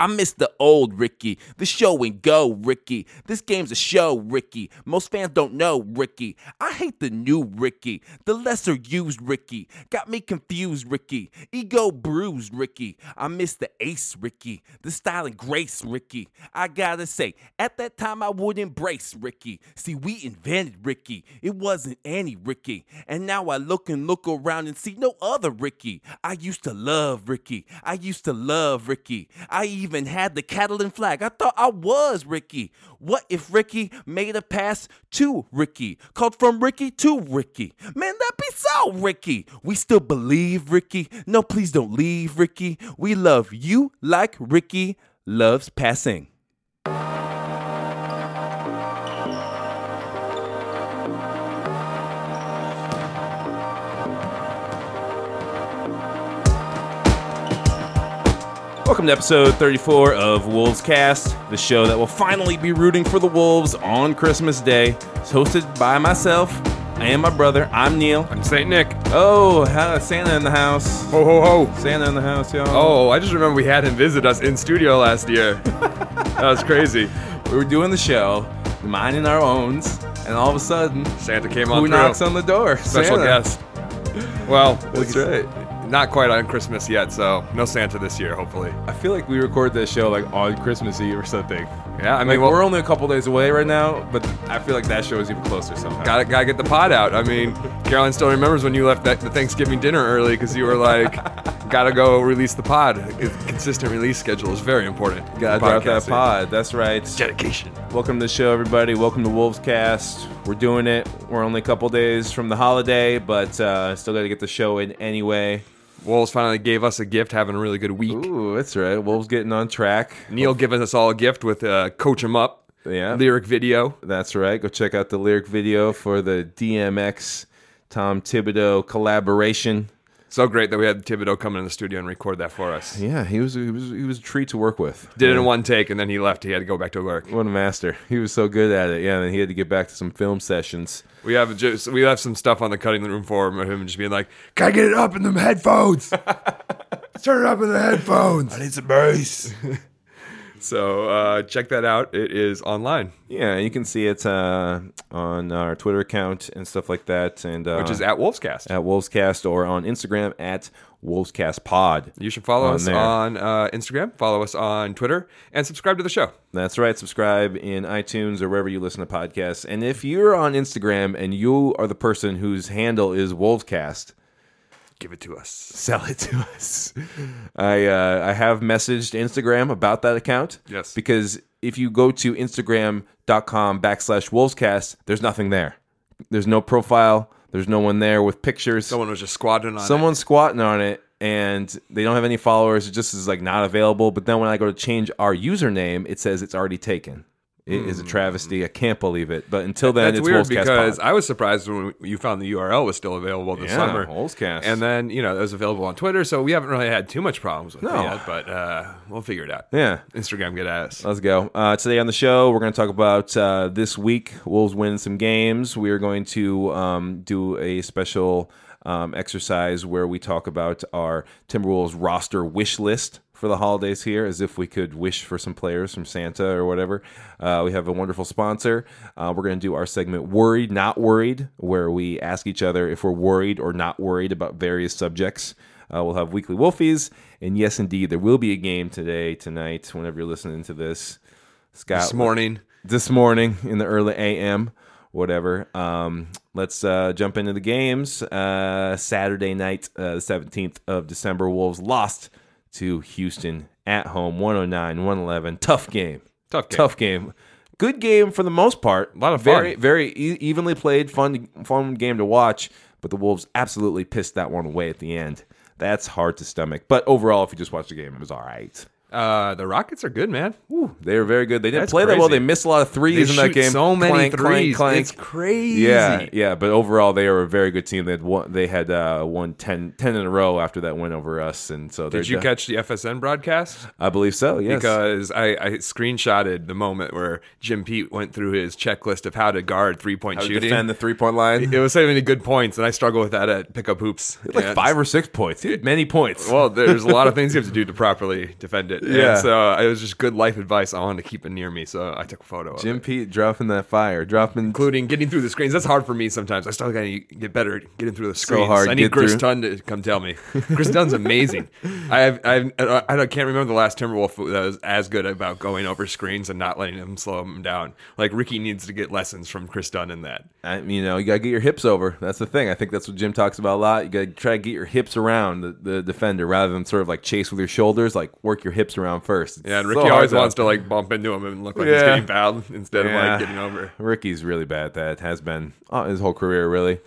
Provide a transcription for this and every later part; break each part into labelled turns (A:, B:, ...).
A: I miss the old Ricky. The show and go, Ricky. This game's a show, Ricky. Most fans don't know Ricky. I hate the new Ricky. The lesser used Ricky. Got me confused, Ricky. Ego bruised, Ricky. I miss the ace, Ricky. The style and grace, Ricky. I gotta say, at that time I would embrace Ricky. See, we invented Ricky. It wasn't any Ricky. And now I look and look around and see no other Ricky. I used to love Ricky. I used to love Ricky. I even had the Catalan flag. I thought I was Ricky. What if Ricky made a pass to Ricky? Called from Ricky to Ricky. Man, that be so Ricky. We still believe Ricky. No, please don't leave Ricky. We love you like Ricky loves passing.
B: Welcome to episode 34 of Wolves Cast, the show that will finally be rooting for the Wolves on Christmas Day. It's hosted by myself and my brother. I'm Neil.
C: I'm St. Nick.
B: Oh, ha- Santa in the house.
C: Ho, ho, ho.
B: Santa in the house, y'all.
C: Oh, I just remember we had him visit us in studio last year. that was crazy.
B: We were doing the show, minding our owns, and all of a sudden,
C: Santa came on
B: who
C: through.
B: knocks on the door?
C: Special
B: Santa.
C: guest. Well,
B: That's
C: it's
B: right.
C: Not quite on Christmas yet, so no Santa this year, hopefully.
B: I feel like we record this show like on Christmas Eve or something.
C: Yeah, I
B: I mean,
C: mean, well,
B: we're only a couple days away right now, but I feel like that show is even closer somehow.
C: gotta gotta get the pot out. I mean, Caroline still remembers when you left that, the Thanksgiving dinner early because you were like, gotta go release the pod. It's- consistent release schedule is very important.
B: Gotta
C: for
B: drop that
C: podcasting.
B: pod. That's right.
C: Dedication.
B: Welcome to the show, everybody. Welcome to Wolves Cast. We're doing it. We're only a couple days from the holiday, but uh, still got to get the show in anyway.
C: Wolves finally gave us a gift, having a really good week.
B: Ooh, that's right. Wolves getting on track.
C: Neil giving us all a gift with uh, Coach 'em Up
B: Yeah.
C: lyric video.
B: That's right. Go check out the lyric video for the DMX Tom Thibodeau collaboration.
C: So great that we had Thibodeau come in the studio and record that for us.
B: Yeah, he was he was he was a treat to work with.
C: Did it in one take and then he left. He had to go back to work.
B: What a master. He was so good at it. Yeah, and he had to get back to some film sessions.
C: We have just, we have some stuff on the cutting room for him of him just being like, "Can I get it up in the headphones? Turn it up in the headphones." I need some bass. so uh, check that out. It is online,
B: Yeah, you can see it uh, on our Twitter account and stuff like that. And uh,
C: which is at Wolfscast.
B: at Wolvescast or on Instagram at WolvescastPod.
C: You should follow
B: On
C: us
B: there.
C: on uh, Instagram, follow us on Twitter, and subscribe to the show.
B: That's right. Subscribe in iTunes or wherever you listen to podcasts. And if you're on Instagram and you are the person whose handle is Wolvescast,
C: Give it to us.
B: sell it to us. I uh, I have messaged Instagram about that account.
C: Yes.
B: Because if you go to Instagram.com backslash Wolvescast, there's nothing there. There's no profile. There's no one there with pictures.
C: Someone was just squatting on it.
B: Someone's squatting on it and they don't have any followers. It just is like not available. But then when I go to change our username, it says it's already taken. It is a travesty. I can't believe it. But until then,
C: Hmm. That's
B: it's
C: weird
B: Wolfcast
C: because
B: Pod.
C: I was surprised when you found the URL was still available this
B: Yeah,
C: summer.
B: Wolfscast.
C: And then, you know, that was available on Twitter, so we haven't really had too much problems with
B: No.
C: it yet, but uh, we'll figure it out.
B: yeah.
C: Instagram get at us.
B: Let's go. Uh, today on the show, we're going to talk about uh, this week. Wolves win some games. We are going to um, do a special um, exercise where we talk about our Timberwolves roster wish list for the holidays here, as if we could wish for some players from Santa or whatever. Uh, we have a wonderful sponsor. Uh, we're going to do our segment Worried, Not Worried, where we ask each other if we're worried or not worried about various subjects. Uh, we'll have weekly Wolfies, and yes, indeed, there will be a game today, tonight, whenever you're listening to this. Scott,
C: This morning,
B: this morning in the early a.m. Whatever. Um, let's uh, jump into the games. Uh, Saturday night, uh, the seventeenth of December, Wolves lost to Houston at home, 109-111. Tough game.
C: Tough game.
B: Tough game. Good game for the most part. A
C: Lot of
B: very
C: fun.
B: very e- evenly played, fun fun game to watch. But the Wolves absolutely pissed that one away at the end. That's hard to stomach. But overall, if you just watch the game, it was all right.
C: uh, the Rockets are good, man.
B: They were very good. They didn't
C: That's
B: play that well. They
C: crazy.
B: missed a lot of
C: They
B: threes in that
C: shoot
B: game.
C: so many
B: Clank, clank,
C: threes.
B: clank.
C: It's crazy.
B: Yeah, yeah. But overall, they are a very good team. They had won, they had uh, won 10, 10 in a row after that win over us, and so they're
C: Did you
B: de-
C: catch the FSN broadcast?
B: I believe so. Yes.
C: Because I, I screenshotted the moment where Jim Pete went through his checklist of how to guard three point
B: To
C: shooting.
B: defend the three point line.
C: it was so many good points, and I struggle with that at pickup hoops.
B: like
C: And-
B: five or six points. He had many points.
C: Well, there's a lot of things you have to do to properly defend it. it.
B: Yeah.
C: And so uh, it was just good life advice. I wanted to keep it near me, so I took a photo of
B: Jim
C: it.
B: Pete dropping that fire, dropping
C: Including getting through the screens. That's hard for me sometimes. I still gotta get better at getting through the screens.
B: hard,
C: I need
B: get
C: Chris
B: through.
C: Dunn to come tell me. Chris Dunn's amazing. I have, I have, I don't- can't remember the last Timberwolf that was as good about going over screens and not letting him slow him down. Like Ricky needs to get lessons from Chris Dunn in that.
B: I, you know, you gotta get your hips over. That's the thing. I think that's what Jim talks about a lot. You gotta try to get your hips around the, the defender rather than sort of like chase with your shoulders. Like work your hips around first. It's
C: Yeah, and
B: so
C: Ricky
B: hard
C: always
B: though.
C: wants to like bump into him and look like he's
B: Yeah.
C: getting fouled instead
B: Yeah.
C: of like getting over.
B: Ricky's really bad at that. Has been uh, his whole career, really.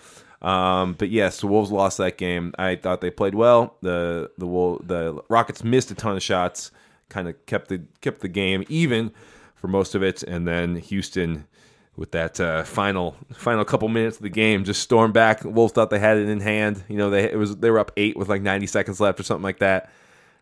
B: Um, but yes, the Wolves lost that game. I thought they played well. the the Wol- The Rockets missed a ton of shots. Kind of kept the kept the game even for most of it, and then Houston with that uh, final final couple minutes of the game just stormed back. Wolves thought they had it in hand. You know, they it was they were up eight with like ninety seconds left or something like that.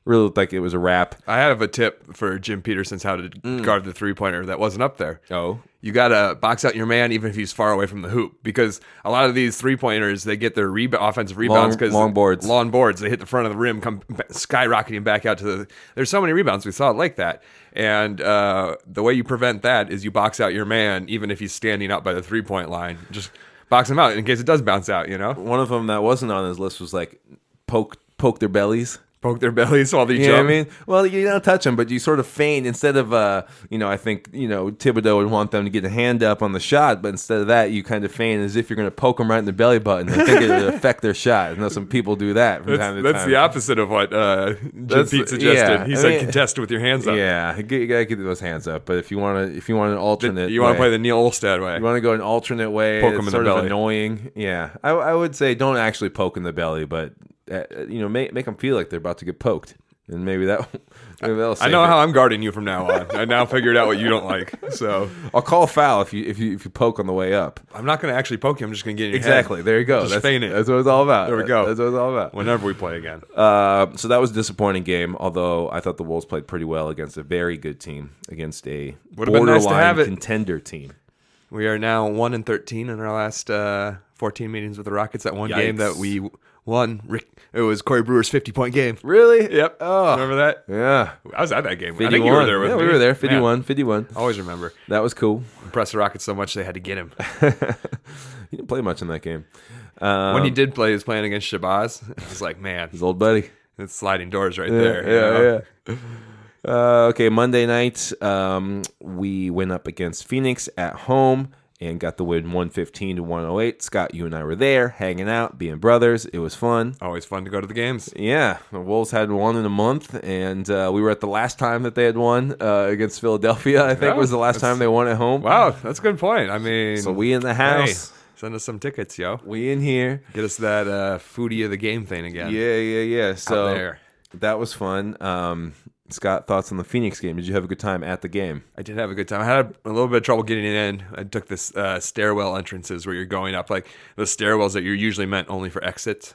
B: Really looked like it was a wrap.
C: I have a tip for Jim Peterson's how to guard the three pointer that wasn't up there.
B: Mm. Oh.
C: You gotta box out your man even if he's far away from the hoop because a lot of these three pointers they get their reba offensive rebounds because
B: long boards.
C: long boards they hit the front of the rim come b- skyrocketing back out to the. There's so many rebounds we saw it like that, and uh, the way you prevent that is you box out your man even if he's standing up by the three point line. Just box him out in case it does bounce out. You know,
B: One of them that wasn't on his list was like poke poke their bellies.
C: poke their bellies while they
B: You know what I
C: jump.
B: mean? Well, you don't touch them, but you sort of feign instead of, uh, you know, I think you know Thibodeau would want them to get a hand up on the shot, but instead of that, you kind of feign as if you're going to poke them right in the belly button. I think it would affect their shot. I know some people do that from time to
C: That's, that's
B: time.
C: the opposite of what uh, Jim
B: That's-
C: Pete suggested.
B: yeah,
C: he
B: I
C: said
B: mean-
C: contest with your hands up.
B: Yeah, you get- you gotta get those hands up. But if you want to, if you want an alternate,
C: You want to
B: way-
C: play the Neil Olstad way.
B: You want to go an alternate way.
C: Poke
B: it's
C: 'em in the
B: sort of
C: belly.
B: annoying. Yeah, I, I would say don't actually poke in the belly, but uh, you know, make make them feel like they're about to get poked, and maybe that maybe that'll.
C: I
B: save
C: know
B: it.
C: how I'm guarding you from now on. I now figured out what you don't like. So
B: I'll call foul if you if you if you poke on the way up.
C: I'm not going to actually poke you. I'm just going to get in your head
B: Exactly. There you go.
C: Just
B: that's,
C: feign it.
B: That's what it's all about.
C: There we go.
B: That's what it's all about.
C: whenever we play again.
B: Uh, so that was a disappointing game. Although I thought the Wolves played pretty well against a very good team, against a
C: Would've been nice to
B: borderline
C: have it.
B: contender team.
C: We are now 1 and 13 in our last uh, 14 meetings with the Rockets. That one game that
B: Yikes.
C: we won, Rick, it was Corey Brewer's 50 point game.
B: Really?
C: Yep.
B: Oh.
C: Remember that?
B: Yeah.
C: I was at that game.
B: 51.
C: I think you were there with
B: yeah,
C: me.
B: we were there.
C: Man,
B: 51, 51.
C: I always remember.
B: That was cool.
C: Impressed the Rockets so much they had to get him.
B: he didn't play much in that game. Um,
C: when he did play, he was playing against Shabazz. I was like, man,
B: his old buddy.
C: it's sliding doors right
B: Yeah,
C: there. you know?
B: yeah, yeah. Uh, okay, Monday night, um, we went up against Phoenix at home and got the win 115 to 108. Scott, you and I were there hanging out, being brothers. It was fun.
C: Always fun to go to the games.
B: Yeah, the Wolves had won in a month, and uh, we were at the last time that they had won uh, against Philadelphia, I think
C: Yeah,
B: was the last
C: that's-
B: time they won at home.
C: Wow, that's a good point. I mean,
B: So we in the house,
C: Hey, send us some tickets, yo.
B: we in here.
C: Get us that uh, foodie of the game thing again.
B: Yeah, yeah, yeah. So
C: there.
B: that was fun. Um, Scott, thoughts on the Phoenix game? Did you have a good time at the game?
C: I did have a good time. I had a little bit of trouble getting in. I took this uh, stairwell entrances where you're going up, like the stairwells that you're usually meant only for exits.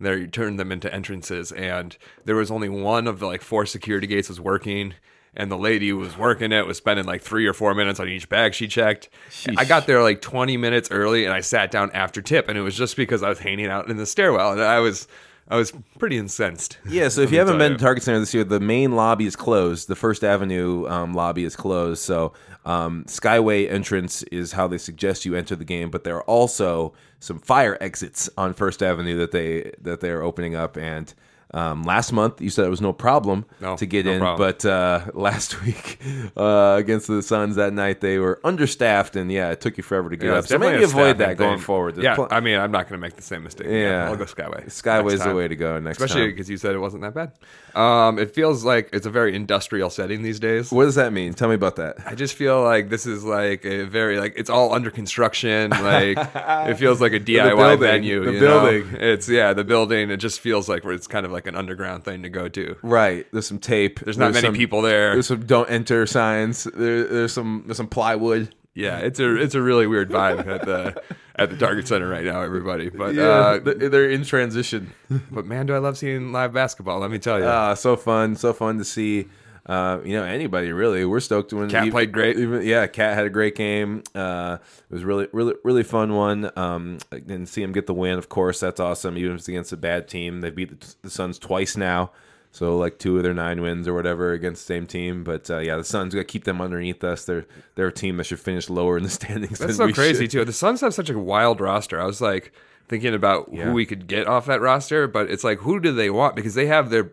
C: There, you turned them into entrances, and there was only one of the like four security gates was working. And the lady who was working it was spending like three or four minutes on each bag she checked. I got there like 20 minutes early, and I sat down after tip, and it was just because I was hanging out in the stairwell, and I was, I was pretty incensed.
B: Yeah, so if you
C: Let me
B: haven't
C: tell
B: been
C: you.
B: to Target Center this year, the main lobby is closed. The First Avenue um, lobby is closed. So um, Skyway entrance is how they suggest you enter the game, but there are also some fire exits on First Avenue that they that they are opening up. And um, last month, you said it was no problem
C: No,
B: to get
C: no
B: in,
C: problem.
B: but uh, last week uh, against the Suns that night, they were understaffed, and yeah, it took you forever to get
C: Yeah,
B: up.
C: it's
B: So
C: definitely
B: maybe
C: a
B: avoid that
C: staffing
B: going
C: thing.
B: forward. There's
C: yeah,
B: pl-
C: I mean, I'm not going to make the same mistake.
B: Yeah.
C: I'll go Skyway.
B: Skyway's
C: next
B: the
C: time.
B: way to go next
C: Especially
B: time.
C: because you said it wasn't that bad. Um, it feels like it's a very industrial setting these days.
B: What does that mean? Tell me about that.
C: I just feel like this is like a very like it's all under construction. Like it feels like a DIY
B: building.
C: venue.
B: The
C: you
B: building.
C: Know? It's yeah, the building. It just feels like where it's kind of like an underground thing to go to.
B: Right. There's some tape.
C: There's not many
B: some-
C: people there.
B: There's some don't enter signs. There, there's some there's some plywood.
C: Yeah, it's a it's a really weird vibe at the at the Target Center right now, everybody. But
B: Uh,
C: uh,
B: th- they're in transition.
C: but man, do I love seeing live basketball? Let me tell you.
B: Ah, so fun, so fun to see. Uh, you know anybody really? We're stoked when
C: Cat
B: ev-
C: played great.
B: Even, yeah, Cat had a great game. Uh, it was really, really, really fun one. Um, and see him get the win. Of course, that's awesome. Even if it's against a bad team, they beat the, the Suns twice now. So like two of their nine wins or whatever against the same team. But uh, yeah, the Suns got to keep them underneath us. They're they're a team that should finish lower in the standings.
C: That's
B: than
C: so
B: we
C: crazy
B: should.
C: too. The Suns have such a wild roster. I was like thinking about
B: Yeah.
C: who we could get off that roster, but it's like who do they want? Because they have their.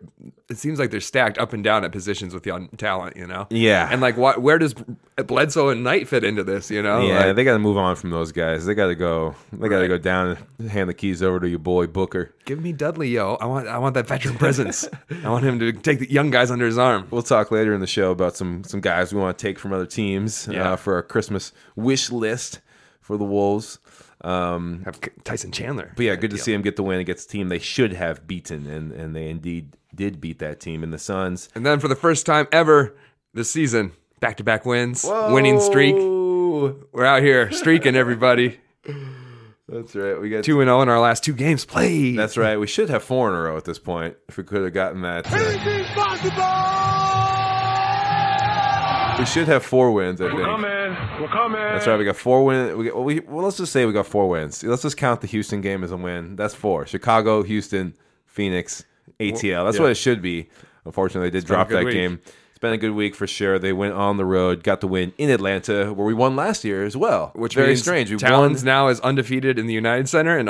C: It seems like they're stacked up and down at positions with young talent. You know.
B: Yeah.
C: And like, what? Where does Bledsoe and Knight fit into this? You know.
B: Yeah,
C: Like,
B: they got to move on from those guys. They got to go. They got to
C: Oh, Right.
B: go down and hand the keys over to your boy Booker.
C: give me Dudley, yo. I want. I want that veteran presence. I want him to take the young guys under his arm.
B: We'll talk later in the show about some some guys we want to take from other teams
C: Yeah.
B: uh, for our Christmas wish list for the Wolves. Um,
C: Have K- Tyson Chandler.
B: but yeah, good to see them get the win against a team they should have beaten, and and they indeed did beat that team in the Suns.
C: And then for the first time ever this season, back to back wins, winning streak.
B: Whoa.
C: We're out here streaking, everybody.
B: That's right. We got
C: Two and zero in our last two games played.
B: That's right. We should have four in a row at this point. If we could have gotten that, uh, we should have four wins. I think.
D: We're coming.
B: That's right. We got four wins. We, we well, let's just say we got four wins. Let's just count the Houston game as a win. That's four. Chicago, Houston, Phoenix, ATL. That's what it should be. Unfortunately, they did drop
C: good
B: that
C: week.
B: game. It's been a good week for sure. They went on the road, got the win in Atlanta, where we won last year as well.
C: which
B: very
C: means
B: strange. We
C: Towns
B: won
C: now is undefeated in the United Center and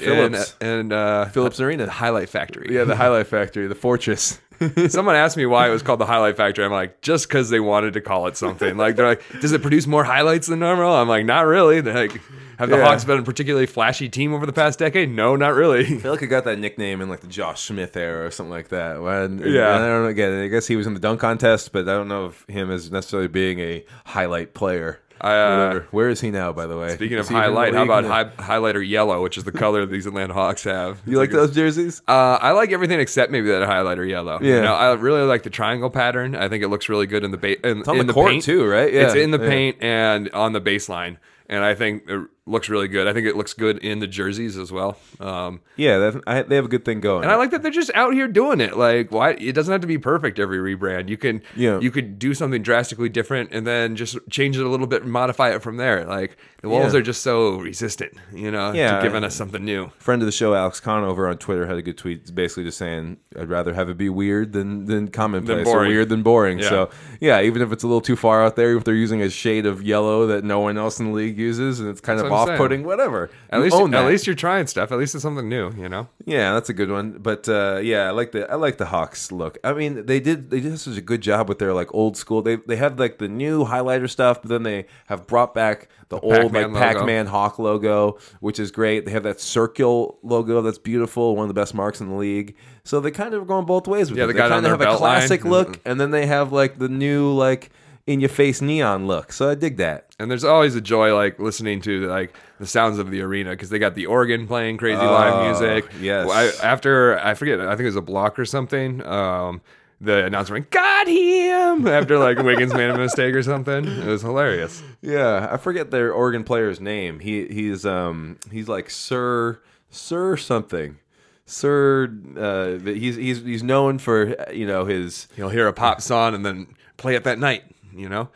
B: And Phillips.
C: in, in uh,
B: Phillips Arena.
C: Highlight Factory.
B: Yeah, the Highlight Factory, the Fortress.
C: Someone asked me why it was called the Highlight Factory. I'm like, just because they wanted to call it something. Like they're like, does it produce more highlights than normal? I'm like, not really. They're like, have the
B: Yeah.
C: Hawks been a particularly flashy team over the past decade? No, not really.
B: I feel like I got that nickname in like the Josh Smith era or something like that. When,
C: Yeah.
B: I don't know. Again, I guess he was in the dunk contest, but I don't know of him as necessarily being a highlight player.
C: I, uh,
B: Whatever. Where is he now, by the way?
C: Speaking
B: Is he
C: of
B: even in the
C: highlight, how
B: league?
C: about high, highlighter yellow, which is the color these Atlanta Hawks have?
B: You like
C: those?
B: those jerseys?
C: Uh, I like everything except maybe that highlighter yellow. You
B: Yeah.
C: know, I really like the triangle pattern. I think it looks really good in the ba- in,
B: on
C: in
B: the court
C: paint
B: too, right? Yeah.
C: It's in the
B: Yeah.
C: paint and on the baseline, and I think it looks really good. I think it looks good in the jerseys as well. Um,
B: Yeah, that, I, they have a good thing going.
C: and I like that they're just out here doing it. Like, why? It doesn't have to be perfect every rebrand. You can,
B: Yeah.
C: you could do something drastically different and then just change it a little bit and modify it from there. Like the Wolves
B: Yeah.
C: are just so resistant, you know,
B: Yeah.
C: to giving us something new.
B: friend of the show, Alex Conover on Twitter, had a good tweet. It's basically just saying, "I'd rather have it be weird than than commonplace, or
C: boring.
B: weird than boring."
C: Yeah.
B: So yeah, even if it's a little too far out there, if they're using a shade of yellow that no one else in the league uses, and it's kind
C: That's
B: of
C: what I'm saying.
B: off-putting, whatever.
C: At
B: You
C: least,
B: own that.
C: at least you're trying stuff. At least it's something new, you know.
B: Yeah, that's a good one. But uh, yeah, I like the I like the Hawks look. I mean, they did they did such a good job with their like old school. They they have like the new highlighter stuff, but then they have brought back the, old like
C: Pac-Man logo.
B: Pac-Man Hawk logo, which is great. They have that circle logo that's beautiful, one of the best marks in the league. So they kind of are going both ways with
C: Yeah,
B: it.
C: they
B: They,
C: got it on
B: kind of
C: their
B: have a
C: belt line.
B: classic look, and then they have like the new like in your face neon look. So I dig that.
C: And there's always a joy like listening to like the sounds of the arena because they got the organ playing crazy live music.
B: Oh, yes.
C: Well, I, after I forget, I think it was a block or something. Um, the announcer went, "Got him!" After like Wiggins made a mistake or something. It was hilarious.
B: Yeah, I forget their Oregon player's name. He he's um he's like Sir Sir something. Sir uh but he's he's he's known for uh, you know his
C: You'll hear a pop song and then play it that night. You know.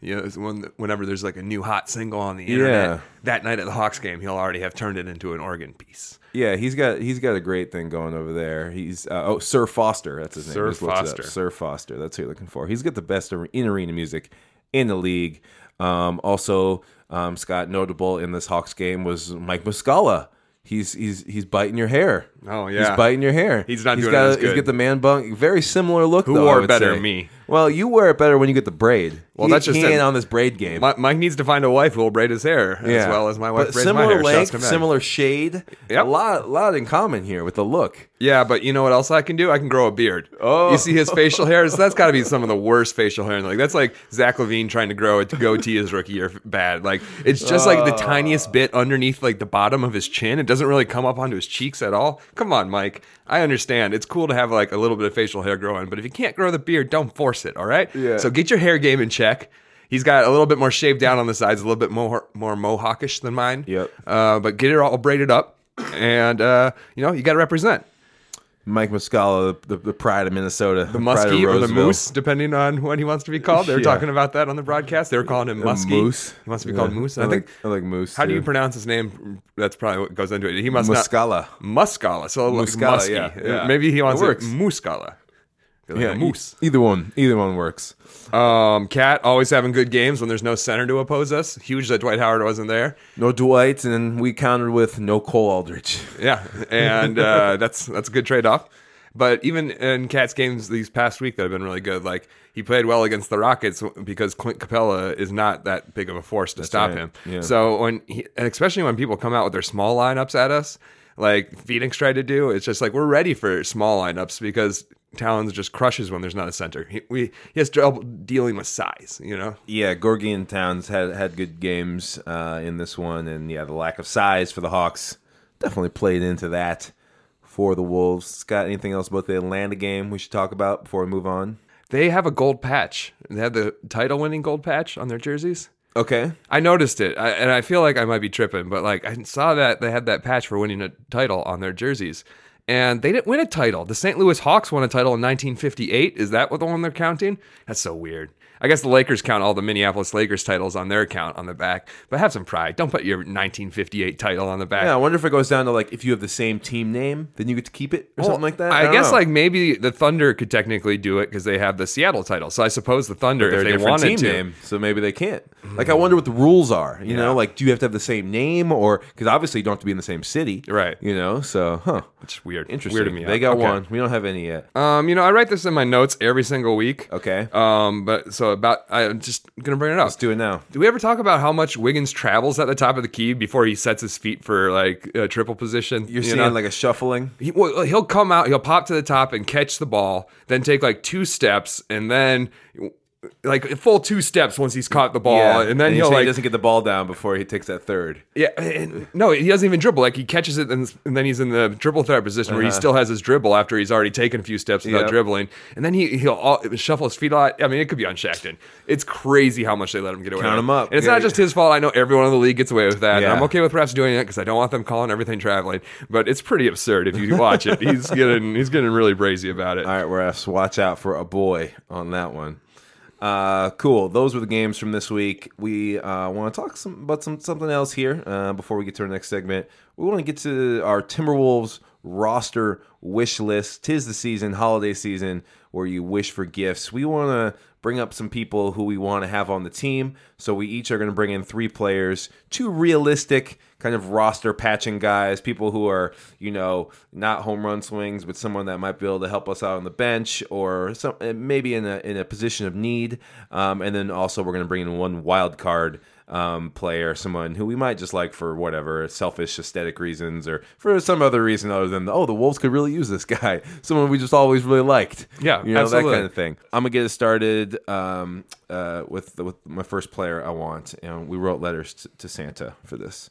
C: You know, it's when, whenever there's like a new hot single on the internet,
B: Yeah.
C: that night at the Hawks game, he'll already have turned it into an organ piece.
B: yeah, he's got he's got a great thing going over there. He's uh, oh Sir Foster, that's his name.
C: Sir
B: Just looked it up.
C: Foster.
B: Sir Foster, that's who you're looking for. He's got the best ar- in arena music in the league. Um, also, um, Scott notable in this Hawks game was Mike Muscala. He's he's he's biting your hair.
C: Oh,
B: he's
C: yeah.
B: biting your hair.
C: He's not doing it
B: got
C: as
B: He's
C: good.
B: got the man bunk. Very similar look. Who though, I
C: wore
B: would
C: better,
B: say.
C: me?
B: Well, you wear it better when you get the braid.
C: Well,
B: He-
C: that's just
B: he
C: it.
B: ain't on this braid game.
C: Mi- Mike needs to find a wife who will braid his hair as
B: Yeah.
C: well as my wife
B: But
C: braids
B: similar
C: my hair. Shouts
B: length,
C: to Matt.
B: similar shade.
C: Yep.
B: A lot, lot in common here with the look.
C: Yeah, but you know what else I can do? I can grow a beard. Oh, you see his facial hair? So That's got to be some of the worst facial hair. in the league. that's like Zach Levine trying to grow a goatee his rookie year bad. Like it's just like the
B: Oh.
C: tiniest bit underneath, like the bottom of his chin. It doesn't really come up onto his cheeks at all. Come on, Mike. I understand. It's cool to have like a little bit of facial hair growing, but if you can't grow the beard, don't force it. All right.
B: Yeah.
C: So get your hair game in check. He's got a little bit more shaved down on the sides, a little bit more more mohawkish than mine.
B: Yep.
C: Uh, but get it all braided up, and uh, you know you got to represent.
B: Mike Muscala, the, the pride of Minnesota, the pride of
C: Muskie or the
B: Roseville.
C: Moose, depending on what he wants to be called. They were
B: Yeah.
C: talking about that on the broadcast. They were calling him Muskie.
B: Moose.
C: He wants to be
B: Yeah.
C: called Moose. I,
B: I
C: think.
B: like- I like Moose,
C: How do you
B: too.
C: pronounce his name? That's probably what goes into it. He must
B: Muscala.
C: not Muscala. So like
B: Muscala,
C: Muskie. Uh,
B: yeah, yeah.
C: Maybe he wants
B: It
C: it
B: works.
C: Muscala. They're like a
B: e-
C: moose.
B: either one, either one works.
C: Um, Cat always having good games when there's no center to oppose us. Huge that Dwight Howard wasn't there.
B: No Dwight, and we countered with no Cole Aldrich.
C: Yeah, and uh, that's that's a good trade off. But even in Cat's games these past week that have been really good, like he played well against the Rockets because Clint Capella is not that big of a force to stop
B: right.
C: him.
B: Yeah.
C: So when he, and especially when people come out with their small lineups at us, like Phoenix tried to do, it's just like we're ready for small lineups because Towns just crushes when there's not a center. He, we he has trouble dealing with size, you know.
B: Yeah, Gorgian Towns had had good games uh, in this one, and yeah, the lack of size for the Hawks definitely played into that for the Wolves. Scott, anything else about the Atlanta game we should talk about before we move on?
C: They have a gold patch. They have the title winning gold patch on their jerseys.
B: Okay,
C: I noticed it, I, and I feel like I might be tripping, but like I saw that they had that patch for winning a title on their jerseys, and they didn't win a title. The St. Louis Hawks won a title in 1958. Is that what the one they're counting? That's so weird. I guess the Lakers count all the Minneapolis Lakers titles on their account on the back, but have some pride. Don't put your 1958 title on the back.
B: yeah, I wonder if it goes down to like if you have the same team name, then you get to keep it or something like that.
C: I,
B: don't
C: guess
B: know.
C: like maybe the Thunder could technically do it because they have the Seattle title. So I suppose the Thunder,
B: they're
C: if
B: a
C: they
B: different
C: wanted
B: team
C: to,
B: name, so maybe they can't. Like, I wonder what the rules are. You know, like do you have to have the same name, or because obviously you don't have to be in the same city,
C: Right.
B: You know, so huh?
C: it's weird.
B: Interesting.
C: Weirded me
B: they
C: out.
B: got
C: Okay.
B: one. We don't have any yet.
C: Um, you know, I write this in my notes every single week.
B: Okay.
C: Um, but so about I'm just gonna bring it up.
B: Uh, Let's do it now.
C: Do we ever talk about how much Wiggins travels at the top of the key before he sets his feet for like a triple position?
B: You're seeing like a shuffling.
C: he, well, he'll come out, he'll pop to the top and catch the ball, then take like two steps, and then like a full two steps once he's caught the ball, and then
B: you
C: he'll
B: say he
C: like
B: doesn't get the ball down before he takes that third.
C: yeah, and, no, he doesn't even dribble. Like he catches it, and, and then he's in the dribble threat position where he still has his dribble after he's already taken a few steps without
B: Uh-huh. Yep.
C: dribbling, and then he he'll all, shuffle his feet a lot. I mean, it could be on Shackton. It's crazy how much they let him get away.
B: Count
C: with it.
B: him up.
C: And it's
B: Yeah.
C: not just his fault. I know everyone in the league gets away with that. and
B: Yeah.
C: I'm okay with refs doing it because I don't want them calling everything traveling. But it's pretty absurd if you watch it. He's getting he's getting really brazy about it.
B: All right, refs, watch out for a boy on that one. Uh, cool. Those were the games from this week. We uh, want to talk some about some something else here uh, before we get to our next segment. We want to get to our Timberwolves roster wish list. Tis the season, holiday season, where you wish for gifts. We want to bring up some people who we want to have on the team. So we each are going to bring in three players, two realistic kind of roster patching guys, people who are, you know, not home run swings, but someone that might be able to help us out on the bench or some uh, maybe in a in a position of need. Um, and then also we're going to bring in one wild card um, player, someone who we might just like for whatever selfish aesthetic reasons or for some other reason other than oh the Wolves could really use this guy, someone we just always really liked.
C: Yeah,
B: you know
C: absolutely.
B: that kind of thing. I'm gonna get it started um, uh, with the, with my first player I want, and we wrote letters t- to Santa for this.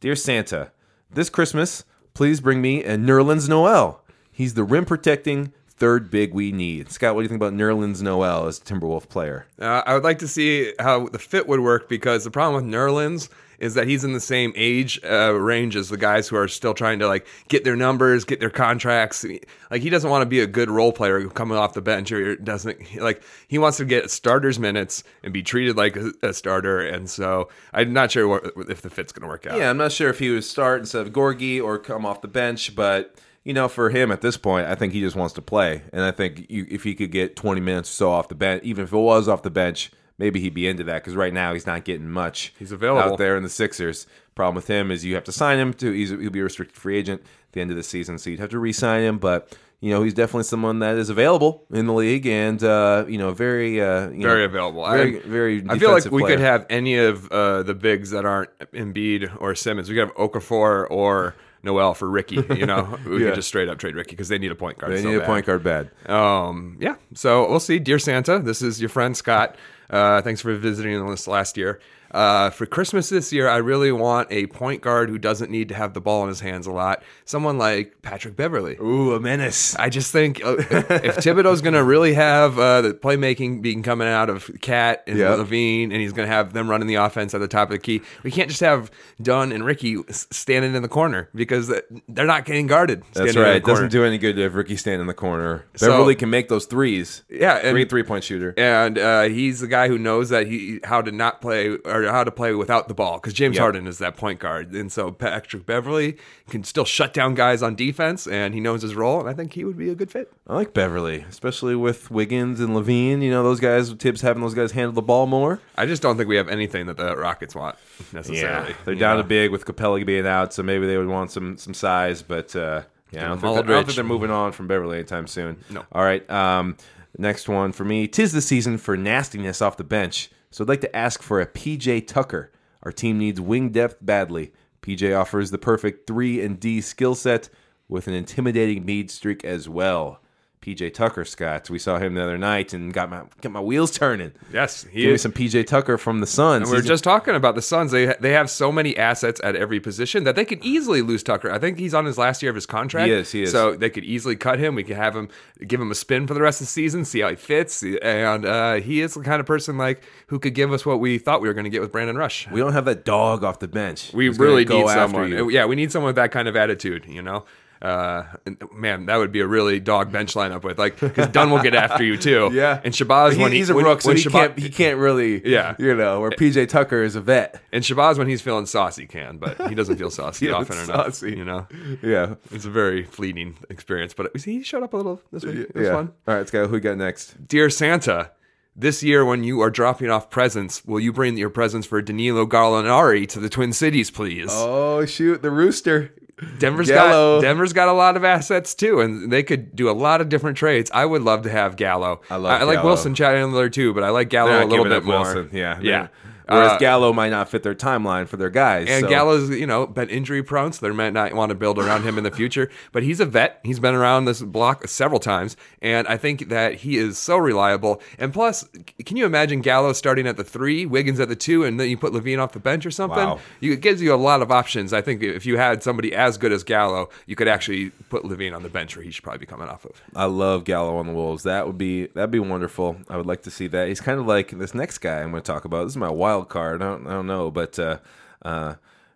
B: Dear Santa, this Christmas, please bring me a Nerlens Noel. He's the rim protecting third big we need. Scott, what do you think about Nerlens Noel as a Timberwolf player?
C: Uh, I would like to see how the fit would work because the problem with Nerlens is that he's in the same age uh, range as the guys who are still trying to like get their numbers, get their contracts. Like he doesn't want to be a good role player who coming off the bench or doesn't like he wants to get starters minutes and be treated like a, a starter. And so I'm not sure what, if the fit's going to work out.
B: Yeah, I'm not sure if he would start instead of Gorgie or come off the bench, but you know, for him at this point, I think he just wants to play, and I think you, if he could get 20 minutes or so off the bench, even if it was off the bench, maybe he'd be into that because right now he's not getting much.
C: He's available.
B: out there in the Sixers. Problem with him is you have to sign him to he's, he'll be a restricted free agent at the end of the season, so you'd have to re-sign him, but. You know he's definitely someone that is available in the league, and uh, you know very, uh, you
C: Very
B: know,
C: available.
B: Very,
C: I,
B: very.
C: I feel like
B: defensive
C: we
B: player.
C: could have any of uh, the bigs that aren't Embiid or Simmons. We could have Okafor or Noel for Ricky. You know, we
B: Yeah.
C: could just straight up trade Ricky because they need a point guard.
B: They
C: so
B: need a
C: bad.
B: point guard bad.
C: Um, yeah. So we'll see. Dear Santa, this is your friend Scott. Uh, thanks for visiting this last year. Uh, for Christmas this year, I really want a point guard who doesn't need to have the ball in his hands a lot. Someone like Patrick Beverly.
B: Ooh, a menace.
C: I just think uh, if Thibodeau's going to really have uh, the playmaking being coming out of Cat and
B: Yep.
C: Levine, and he's going to have them running the offense at the top of the key, we can't just have Dunn and Ricky s- standing in the corner because they're not getting guarded.
B: That's
C: standing in
B: right.
C: the
B: It doesn't
C: corner.
B: do any good if Ricky stand in the corner.
C: So-
B: Beverly can make those threes.
C: Yeah, and-
B: great three point shooter.
C: and uh, he's the guy who knows that he how to not play or how to play without the ball because James
B: Yep.
C: Harden is that point guard, and so Patrick Beverly can still shut down guys on defense, and he knows his role, and I think he would be a good fit.
B: I like Beverly, especially with Wiggins and Levine. You know, those guys, Tibbs having those guys handle the ball more.
C: I just don't think we have anything that the Rockets want necessarily.
B: They're
C: you
B: down
C: know?
B: to big with Capella being out, so maybe they would want some some size, but uh, yeah, I don't, think they're, I don't think
C: Aldridge.
B: they're moving on from Beverly anytime soon.
C: No.
B: All right. Um, next one for me. Tis the season for nastiness off the bench, so I'd like to ask for a PJ Tucker. Our team needs wing depth badly. PJ offers the perfect three and D skill set with an intimidating mead streak as well. PJ Tucker, Scott. We saw him the other night and got my got my wheels turning.
C: Yes, he
B: Give me
C: is.
B: some PJ Tucker from the Suns.
C: And we were
B: He's-
C: just talking about the Suns. They they have so many assets at every position that they could easily lose Tucker. I think he's on his last year of his contract.
B: He is, he is.
C: So they could easily cut him. We could have him give him a spin for the rest of the season, see how he fits. And uh, he is the kind of person like who could give us what we thought we were going to get with Brandon Rush.
B: We don't have that dog off the bench.
C: We
B: who's gonna
C: really
B: go
C: need
B: after
C: someone. Uh,
B: you.
C: Yeah, we need someone with that kind of attitude. You know. Uh, and, man, that would be a really dog bench lineup with like because Dunn will get after you too. and Shabazz
B: He-
C: when he-
B: he's a
C: when-
B: rook, so
C: when
B: he
C: Shabazz-
B: can't he can't really
C: Yeah.
B: you know. Where PJ Tucker is a vet.
C: And Shabazz, when he's feeling saucy, can, but he doesn't feel saucy
B: Feeling
C: often enough.
B: saucy.
C: You know,
B: Yeah,
C: it's a very fleeting experience. But he showed up a little this week. It was
B: yeah.
C: fun.
B: All right, let's go. Who we got next?
C: Dear Santa, this year when you are dropping off presents, will you bring your presents for Danilo Gallinari to the Twin Cities, please?
B: Oh shoot, the rooster.
C: Denver's
B: Gallo.
C: got Denver's got a lot of assets too, and they could do a lot of different trades. I would love to have Gallo.
B: I love
C: I, like
B: Gallo.
C: Wilson Chandler too, but I like Gallo a little bit more.
B: Yeah,
C: yeah.
B: Whereas
C: Uh,
B: Gallo might not fit their timeline for their guys.
C: And
B: so-
C: Gallo's, you know, been injury prone, so they might not want to build around him in the future. But he's a vet. He's been around this block several times, and I think that he is so reliable. And plus, c- can you imagine Gallo starting at the three, Wiggins at the two, and then you put Levine off the bench or something?
B: Wow.
C: You, it gives you a lot of options. I think if you had somebody as good as Gallo, you could actually put Levine on the bench, where he should probably be coming off of.
B: I love Gallo on the Wolves. That would be that'd be wonderful. I would like to see that. He's kind of like this next guy I'm going to talk about. This is my wild card. I don't, I don't know, but uh, uh,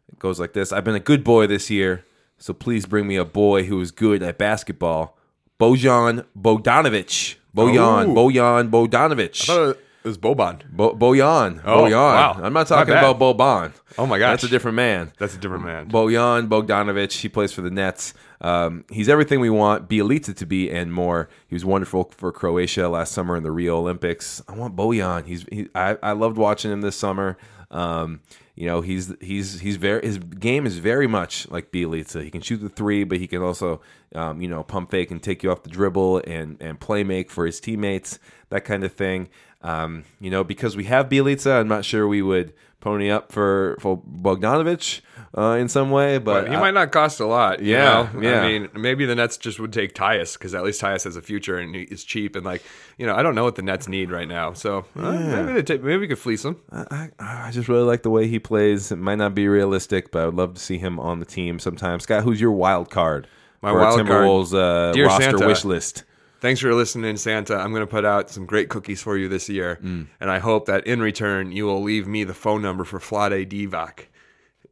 B: it goes like this. I've been a good boy this year, so please bring me a boy who is good at basketball. Bojan Bogdanovic. Bojan
C: Ooh.
B: Bojan Bogdanovic.
C: It was Boban.
B: Bo- Bojan.
C: Oh,
B: Bojan.
C: wow.
B: I'm not
C: Not
B: talking
C: bad.
B: about Boban.
C: Oh my gosh.
B: that's a different man.
C: That's a different man.
B: Bojan Bogdanovic. He plays for the Nets. Um, he's everything we want Bielitsa to be and more. He was wonderful for Croatia last summer in the Rio Olympics. I want Bojan. He's he, I, I loved watching him this summer. Um, you know he's he's he's very his game is very much like Bielitsa. He can shoot the three, but he can also um, you know pump fake and take you off the dribble and and play make for his teammates that kind of thing. Um, you know because we have Bielitsa, I'm not sure we would pony up for for Bogdanovich uh, in some way, but,
C: But he
B: I-
C: might not cost a lot. you
B: Yeah,
C: know?
B: yeah.
C: I mean, maybe the Nets just would take Tyus because at least Tyus has a future and is cheap. And like, you know, I don't know what the Nets need right now. So uh, maybe they take, maybe we could fleece him.
B: I, I just really like the way he plays. It might not be realistic, but I would love to see him on the team sometime. Scott, who's your wild card?
C: My
B: for
C: wild card?
B: Timberwolves uh,
C: Dear
B: roster
C: Santa.
B: wish list.
C: Thanks for listening, Santa. I'm going to put out some great cookies for you this year,
B: Mm.
C: and I hope that in return you will leave me the phone number for Flade Divac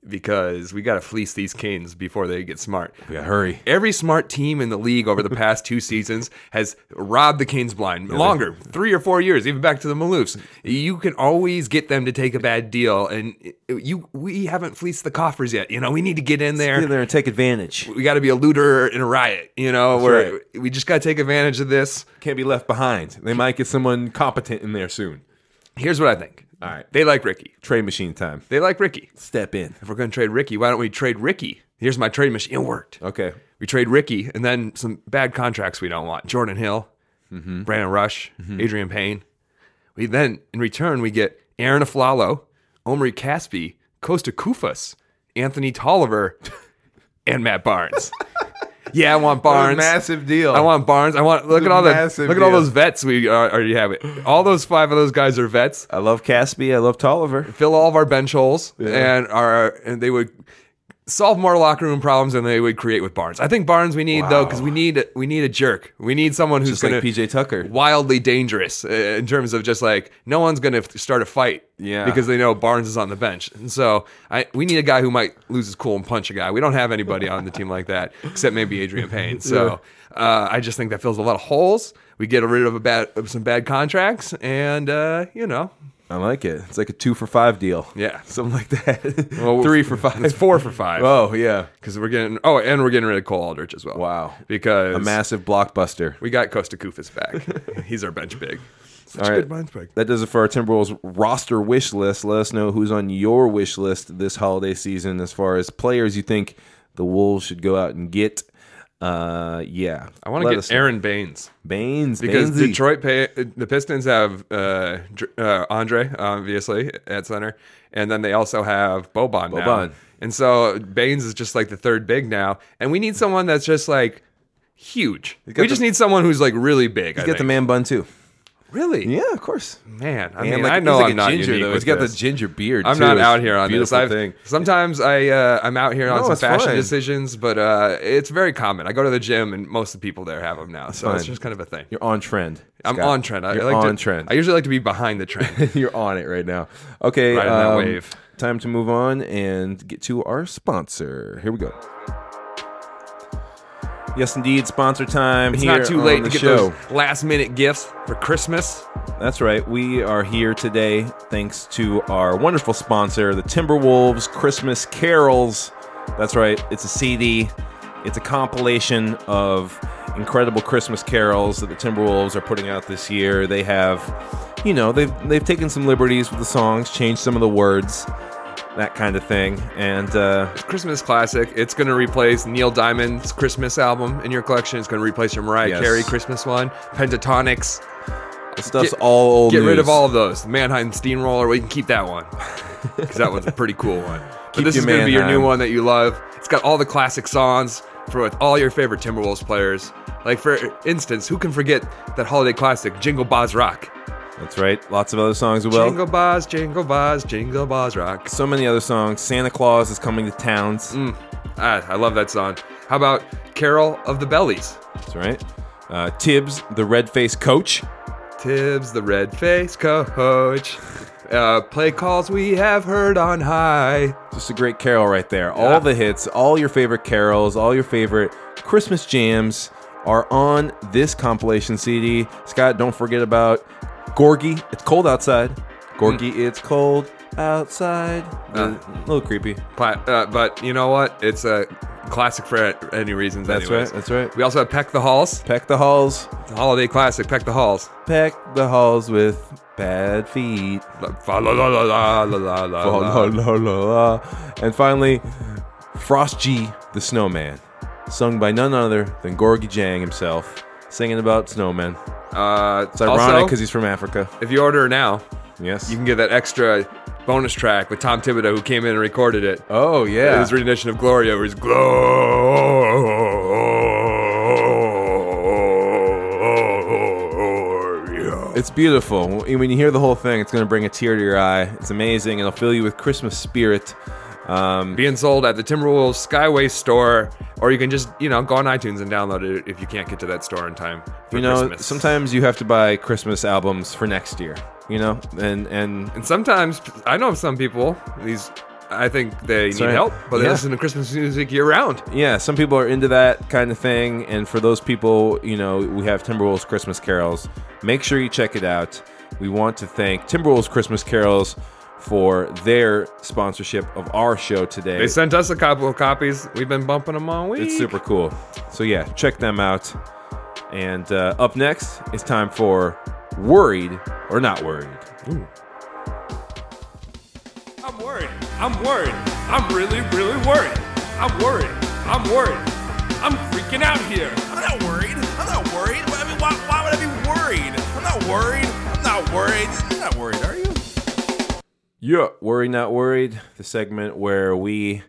C: because we got to fleece these kings before they get smart.
B: Yeah, hurry.
C: Every smart team in the league over the past two seasons has robbed the Canes blind longer, three or four years, even back to the Maloofs. You can always get them to take a bad deal, and you we haven't fleeced the coffers yet. You know, we need to get in
B: Get
C: there.
B: there and take advantage.
C: We got to be a looter in a riot. You know, where
B: right.
C: we just got to take advantage of this.
B: Can't be left behind. They might get someone competent in there soon.
C: Here's what I think.
B: All right.
C: they like Ricky.
B: Trade machine time.
C: They like Ricky.
B: Step in.
C: If we're gonna trade Ricky, why don't we trade Ricky? Here's my trade machine. It worked.
B: Okay.
C: We trade Ricky and then some bad contracts we don't want. Jordan Hill,
B: Mm-hmm.
C: Brandon Rush, Adrian Payne. We then, in return, we get Aaron Aflalo, Omri Caspi, Costa Kufas, Anthony Tolliver, and Matt Barnes. yeah, I want Barnes.
B: Massive deal.
C: I want Barnes. I want look at all the look
B: Massive
C: at all
B: deal.
C: those vets we are, already have. It. All those five of those guys are vets.
B: I love Caspi. I love Tolliver.
C: Fill all of our bench holes, and our and they would solve more locker room problems than they would create with Barnes. I think Barnes we need though because we need we need a jerk. We need someone who's
B: Just like
C: gonna-
B: PJ Tucker.
C: wildly dangerous uh, in terms of just like no one's going to start a fight
B: Yeah.
C: because they know Barnes is on the bench. And so I we need a guy who might lose his cool and punch a guy. We don't have anybody on the team like that except maybe Adrian Payne. So uh, I just think that fills a lot of holes. We get rid of a bad of some bad contracts and uh, you know,
B: I like it. It's like a two for five deal.
C: Yeah.
B: something like that.
C: Well,
B: Three for five.
C: it's 4 for 5
B: Oh yeah,
C: cuz we're getting oh and we're getting rid of Cole Aldrich as well.
B: Wow.
C: Because
B: a massive blockbuster.
C: we got Costa Kufis back. He's our bench big. Such
B: All
C: a
B: right.
C: good bench big.
B: That does it for our Timberwolves roster wish list. Let us know who's on your wish list this holiday season as far as players you think the Wolves should go out and get. Uh, yeah.
C: I want to get Aaron Baines.
B: Baines.
C: Because
B: Bainesy.
C: Detroit, pay, the Pistons have uh, Dr- uh, Andre, obviously, at center, and then they also have Boban. now.
B: Boban.
C: and so Baines is just like the third big now, and we need someone that's just like huge. We
B: got
C: just
B: the-
C: need someone who's like really big. I
B: He's got the
C: think.
B: man bun too.
C: really,
B: Yeah, of course.
C: man. I
B: And
C: mean,
B: like-
C: I
B: he's
C: know
B: like
C: I'm
B: a
C: not
B: ginger
C: unique
B: though.
C: with
B: He's got
C: this.
B: the ginger beard.
C: I'm
B: too.
C: not
B: It's
C: out
B: a
C: here on this.
B: beautiful
C: I've,
B: thing.
C: Sometimes I uh, I'm out here on
B: No,
C: some
B: it's
C: fashion
B: fine.
C: decisions, but uh, it's very common. I go to the gym, and most of the people there have them now, so
B: fine.
C: it's just kind of a thing.
B: You're on trend.
C: I'm
B: Scott.
C: on trend. I
B: You're
C: like to-
B: on trend.
C: I usually like to be behind the trend.
B: You're on it right now. Okay, um,
C: Riding that wave.
B: Time to move on and get to our sponsor. Here we go. Yes, indeed, sponsor time.
C: It's
B: here
C: not too
B: on
C: late
B: the
C: to get
B: show.
C: those last minute gifts for Christmas.
B: That's right. We are here today thanks to our wonderful sponsor, the Timberwolves Christmas Carols. That's right. It's a CD. It's a compilation of incredible Christmas carols that the Timberwolves are putting out this year. They have, you know, they've they've taken some liberties with the songs, changed some of the words, that kind of thing. And uh,
C: Christmas classic. It's going to replace Neil Diamond's Christmas album in your collection. It's going to replace your Mariah
B: Yes.
C: Carey Christmas one, Pentatonics.
B: the stuff's all old.
C: Get rid
B: news.
C: of all of those. The Mannheim Steamroller. We can keep that one because that one's a pretty cool one. But
B: Keep
C: this
B: your
C: is going to be your new
B: Mannheim.
C: one that you love. It's got all the classic songs for with all your favorite Timberwolves players. Like for instance, who can forget that holiday classic, Jingle Boz Rock?
B: That's right. Lots of other songs as well.
C: jingle Boz, Jingle Boz, Jingle Boz Rock.
B: So many other songs. Santa Claus is coming to towns.
C: Ah, I love that song. How about Carol of the Bellies?
B: That's right. Uh, Tibbs, the red faced coach.
C: Tibbs, the red face coach. Uh, play calls we have heard on high.
B: Just a great carol right there.
C: Yeah.
B: All the hits, all your favorite carols, all your favorite Christmas jams are on this compilation CD. Scott, don't forget about Gorgie. It's cold outside. Gorgie,
C: Hmm.
B: it's cold outside.
C: Uh.
B: a little creepy.
C: Pla- uh, but you know what? It's a classic for any reasons.
B: That's
C: anyways.
B: right. That's right.
C: We also have Peck the Halls.
B: Peck the halls.
C: It's a holiday classic, Peck the Halls.
B: Peck the halls with bad feet.
C: La- fa- la- la- la- la- la- la-
B: Oh,
C: la-
B: la,
C: la.
B: la, la, la. Ah. And finally, Frost G, the snowman, sung by none other than Gorgie Jang himself, singing about snowmen.
C: Uh,
B: It's ironic
C: also,
B: because he's from Africa.
C: if you order now,
B: Yes.
C: you can get that extra bonus track with Tom Thibodeau, who came in and recorded it.
B: oh, yeah.
C: His rendition of Gloria was Gloria.
B: it's beautiful. When you hear the whole thing, it's going to bring a tear to your eye. It's amazing. It'll fill you with Christmas spirit. Um,
C: Being sold at the Timberwolves Skyway store, or you can just, you know, go on iTunes and download it if you can't get to that store in time for
B: you know,
C: Christmas.
B: sometimes you have to buy Christmas albums for next year, you know? And, and
C: And sometimes I know of some people, these I think they need
B: right.
C: help, but they
B: Yeah.
C: listen to Christmas music year round.
B: yeah, some people are into that kind of thing, and for those people, you know, we have Timberwolves Christmas Carols. Make sure you check it out. We want to thank Timberwolves Christmas Carols for their sponsorship of our show today.
C: They sent us a couple of copies. We've been bumping them all week.
B: It's super cool. So yeah, check them out. And uh, up next, it's time for worried or not worried.
D: I'm worried. I'm worried. I'm really, really worried. I'm worried. I'm worried. I'm freaking out here.
E: I'm not worried. I'm not worried. I mean, why, why would I be worried? I'm not worried. I'm not worried. You're not worried, are you?
B: Yeah, worried not worried. The segment where we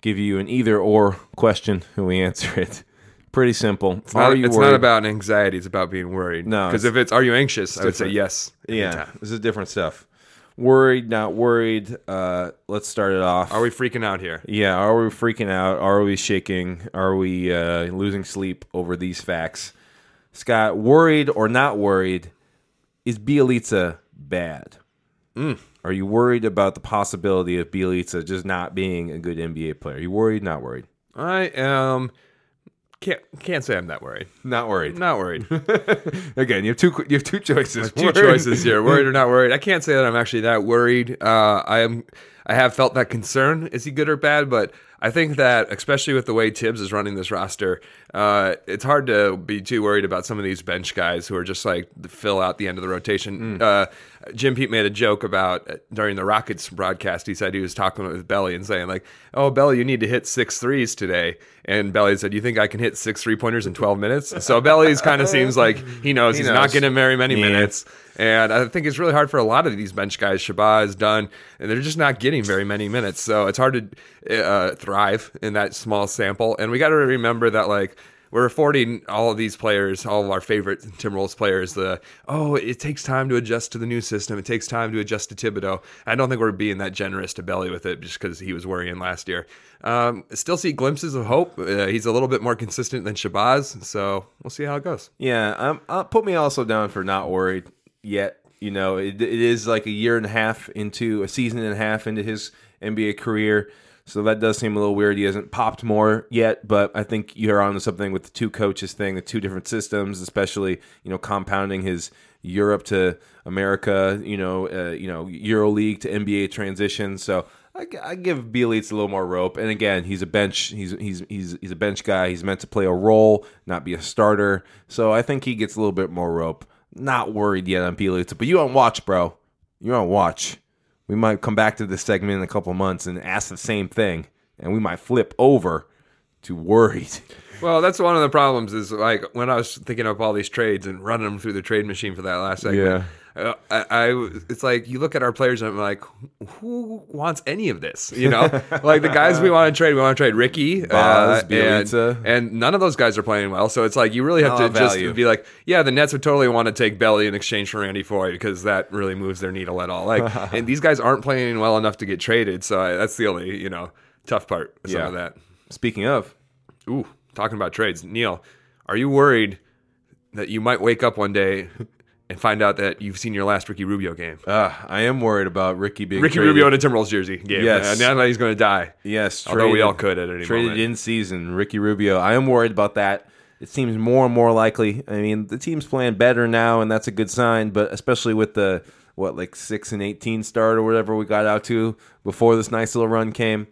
B: give you an either or question and we answer it. Pretty simple.
C: It's, not, it's not about anxiety. It's about being worried.
B: No,
C: because
B: it's-
C: if it's are you anxious, I would say
B: different.
C: yes. every
B: yeah.
C: time.
B: This is different stuff. worried, not worried. Uh, let's start it off.
C: Are we freaking out here?
B: Yeah, are we freaking out? Are we shaking? Are we uh, losing sleep over these facts? Scott, worried or not worried, is Bielitsa bad?
C: Mm.
B: Are you worried about the possibility of Bielitsa just not being a good NBA player? You worried, not worried?
C: I am. Can't can't say I'm that worried.
B: Not worried.
C: Not worried.
B: Again, you have two qu- you have two choices.
C: two
B: Worried.
C: choices here: worried or not worried. I can't say that I'm actually that worried. Uh, I am. I have felt that concern. Is he good or bad? But I think that, especially with the way Tibbs is running this roster, uh, it's hard to be too worried about some of these bench guys who are just like to fill out the end of the
B: Hmm.
C: rotation. Uh, Jim Pete made a joke about uh, during the Rockets broadcast. He said he was talking with Belly and saying like, "Oh, Belly, you need to hit six threes today." And Belly said, "You think I can hit six three pointers in twelve minutes?" So Belly's kind of seems like he knows he's
B: knows.
C: not going to very many
B: Yeah.
C: minutes. And I think it's really hard for a lot of these bench guys. Shabazz, Dunn, and they're just not getting very many minutes. So it's hard to uh, thrive in that small sample. And we got to remember that, like, we're affording all of these players, all of our favorite Timberwolves players, the, oh, it takes time to adjust to the new system. It takes time to adjust to Thibodeau. I don't think we're being that generous to Belly with it just because he was worrying last year. Um, still see glimpses of hope. Uh, he's a little bit more consistent than Shabazz. So we'll see how it goes.
B: Yeah, um, uh, put me also down for not worried yet. You know, it, it is like a year and a half into a season and a half into his NBA career, so that does seem a little weird. He hasn't popped more yet, but I think you're onto something with the two coaches thing, the two different systems, especially you know compounding his Europe to America, you know, uh, you know EuroLeague to NBA transition. So I, g- I give Bielitz a little more rope. And again, he's a bench. He's he's he's he's a bench guy. He's meant to play a role, not be a starter. So I think he gets a little bit more rope. Not worried yet on Bielitz, but you on watch, bro. You on watch. We might come back to this segment in a couple months and ask the same thing, and we might flip over to worried.
C: Well, that's one of the problems is like when I was thinking up all these trades and running them through the trade machine for that last segment. uh, I, I was- it's like you look at our players and I'm like, who wants any of this? You know, like the guys we want to trade, we want to trade Ricky, uh,
B: Boz,
C: and,
B: Bielitsa.
C: and none of those guys are playing well. So it's like you really have
B: Not
C: to just
B: value.
C: be like, yeah, the Nets would totally want to take Belly in exchange for Randy Foy because that really moves their needle at all. Like, and these guys aren't playing well enough to get traded. So I, that's the only you know tough part. of Some
B: Yeah.
C: of that.
B: Speaking of,
C: Ooh, talking about trades. Neil, are you worried that you might wake up one day and find out that you've seen your last Ricky Rubio game?
B: uh, I am worried about Ricky being
C: Ricky
B: traded.
C: Rubio in a Timberwolves jersey game.
B: Yes.
C: Yeah, now that he's going to die.
B: Yes,
C: Although we all could at any
B: traded
C: moment.
B: in season. Ricky Rubio. I am worried about that. It seems more and more likely. I mean, the team's playing better now, and that's a good sign. But especially with the what like six and eighteen start or whatever we got out to before this nice little run came,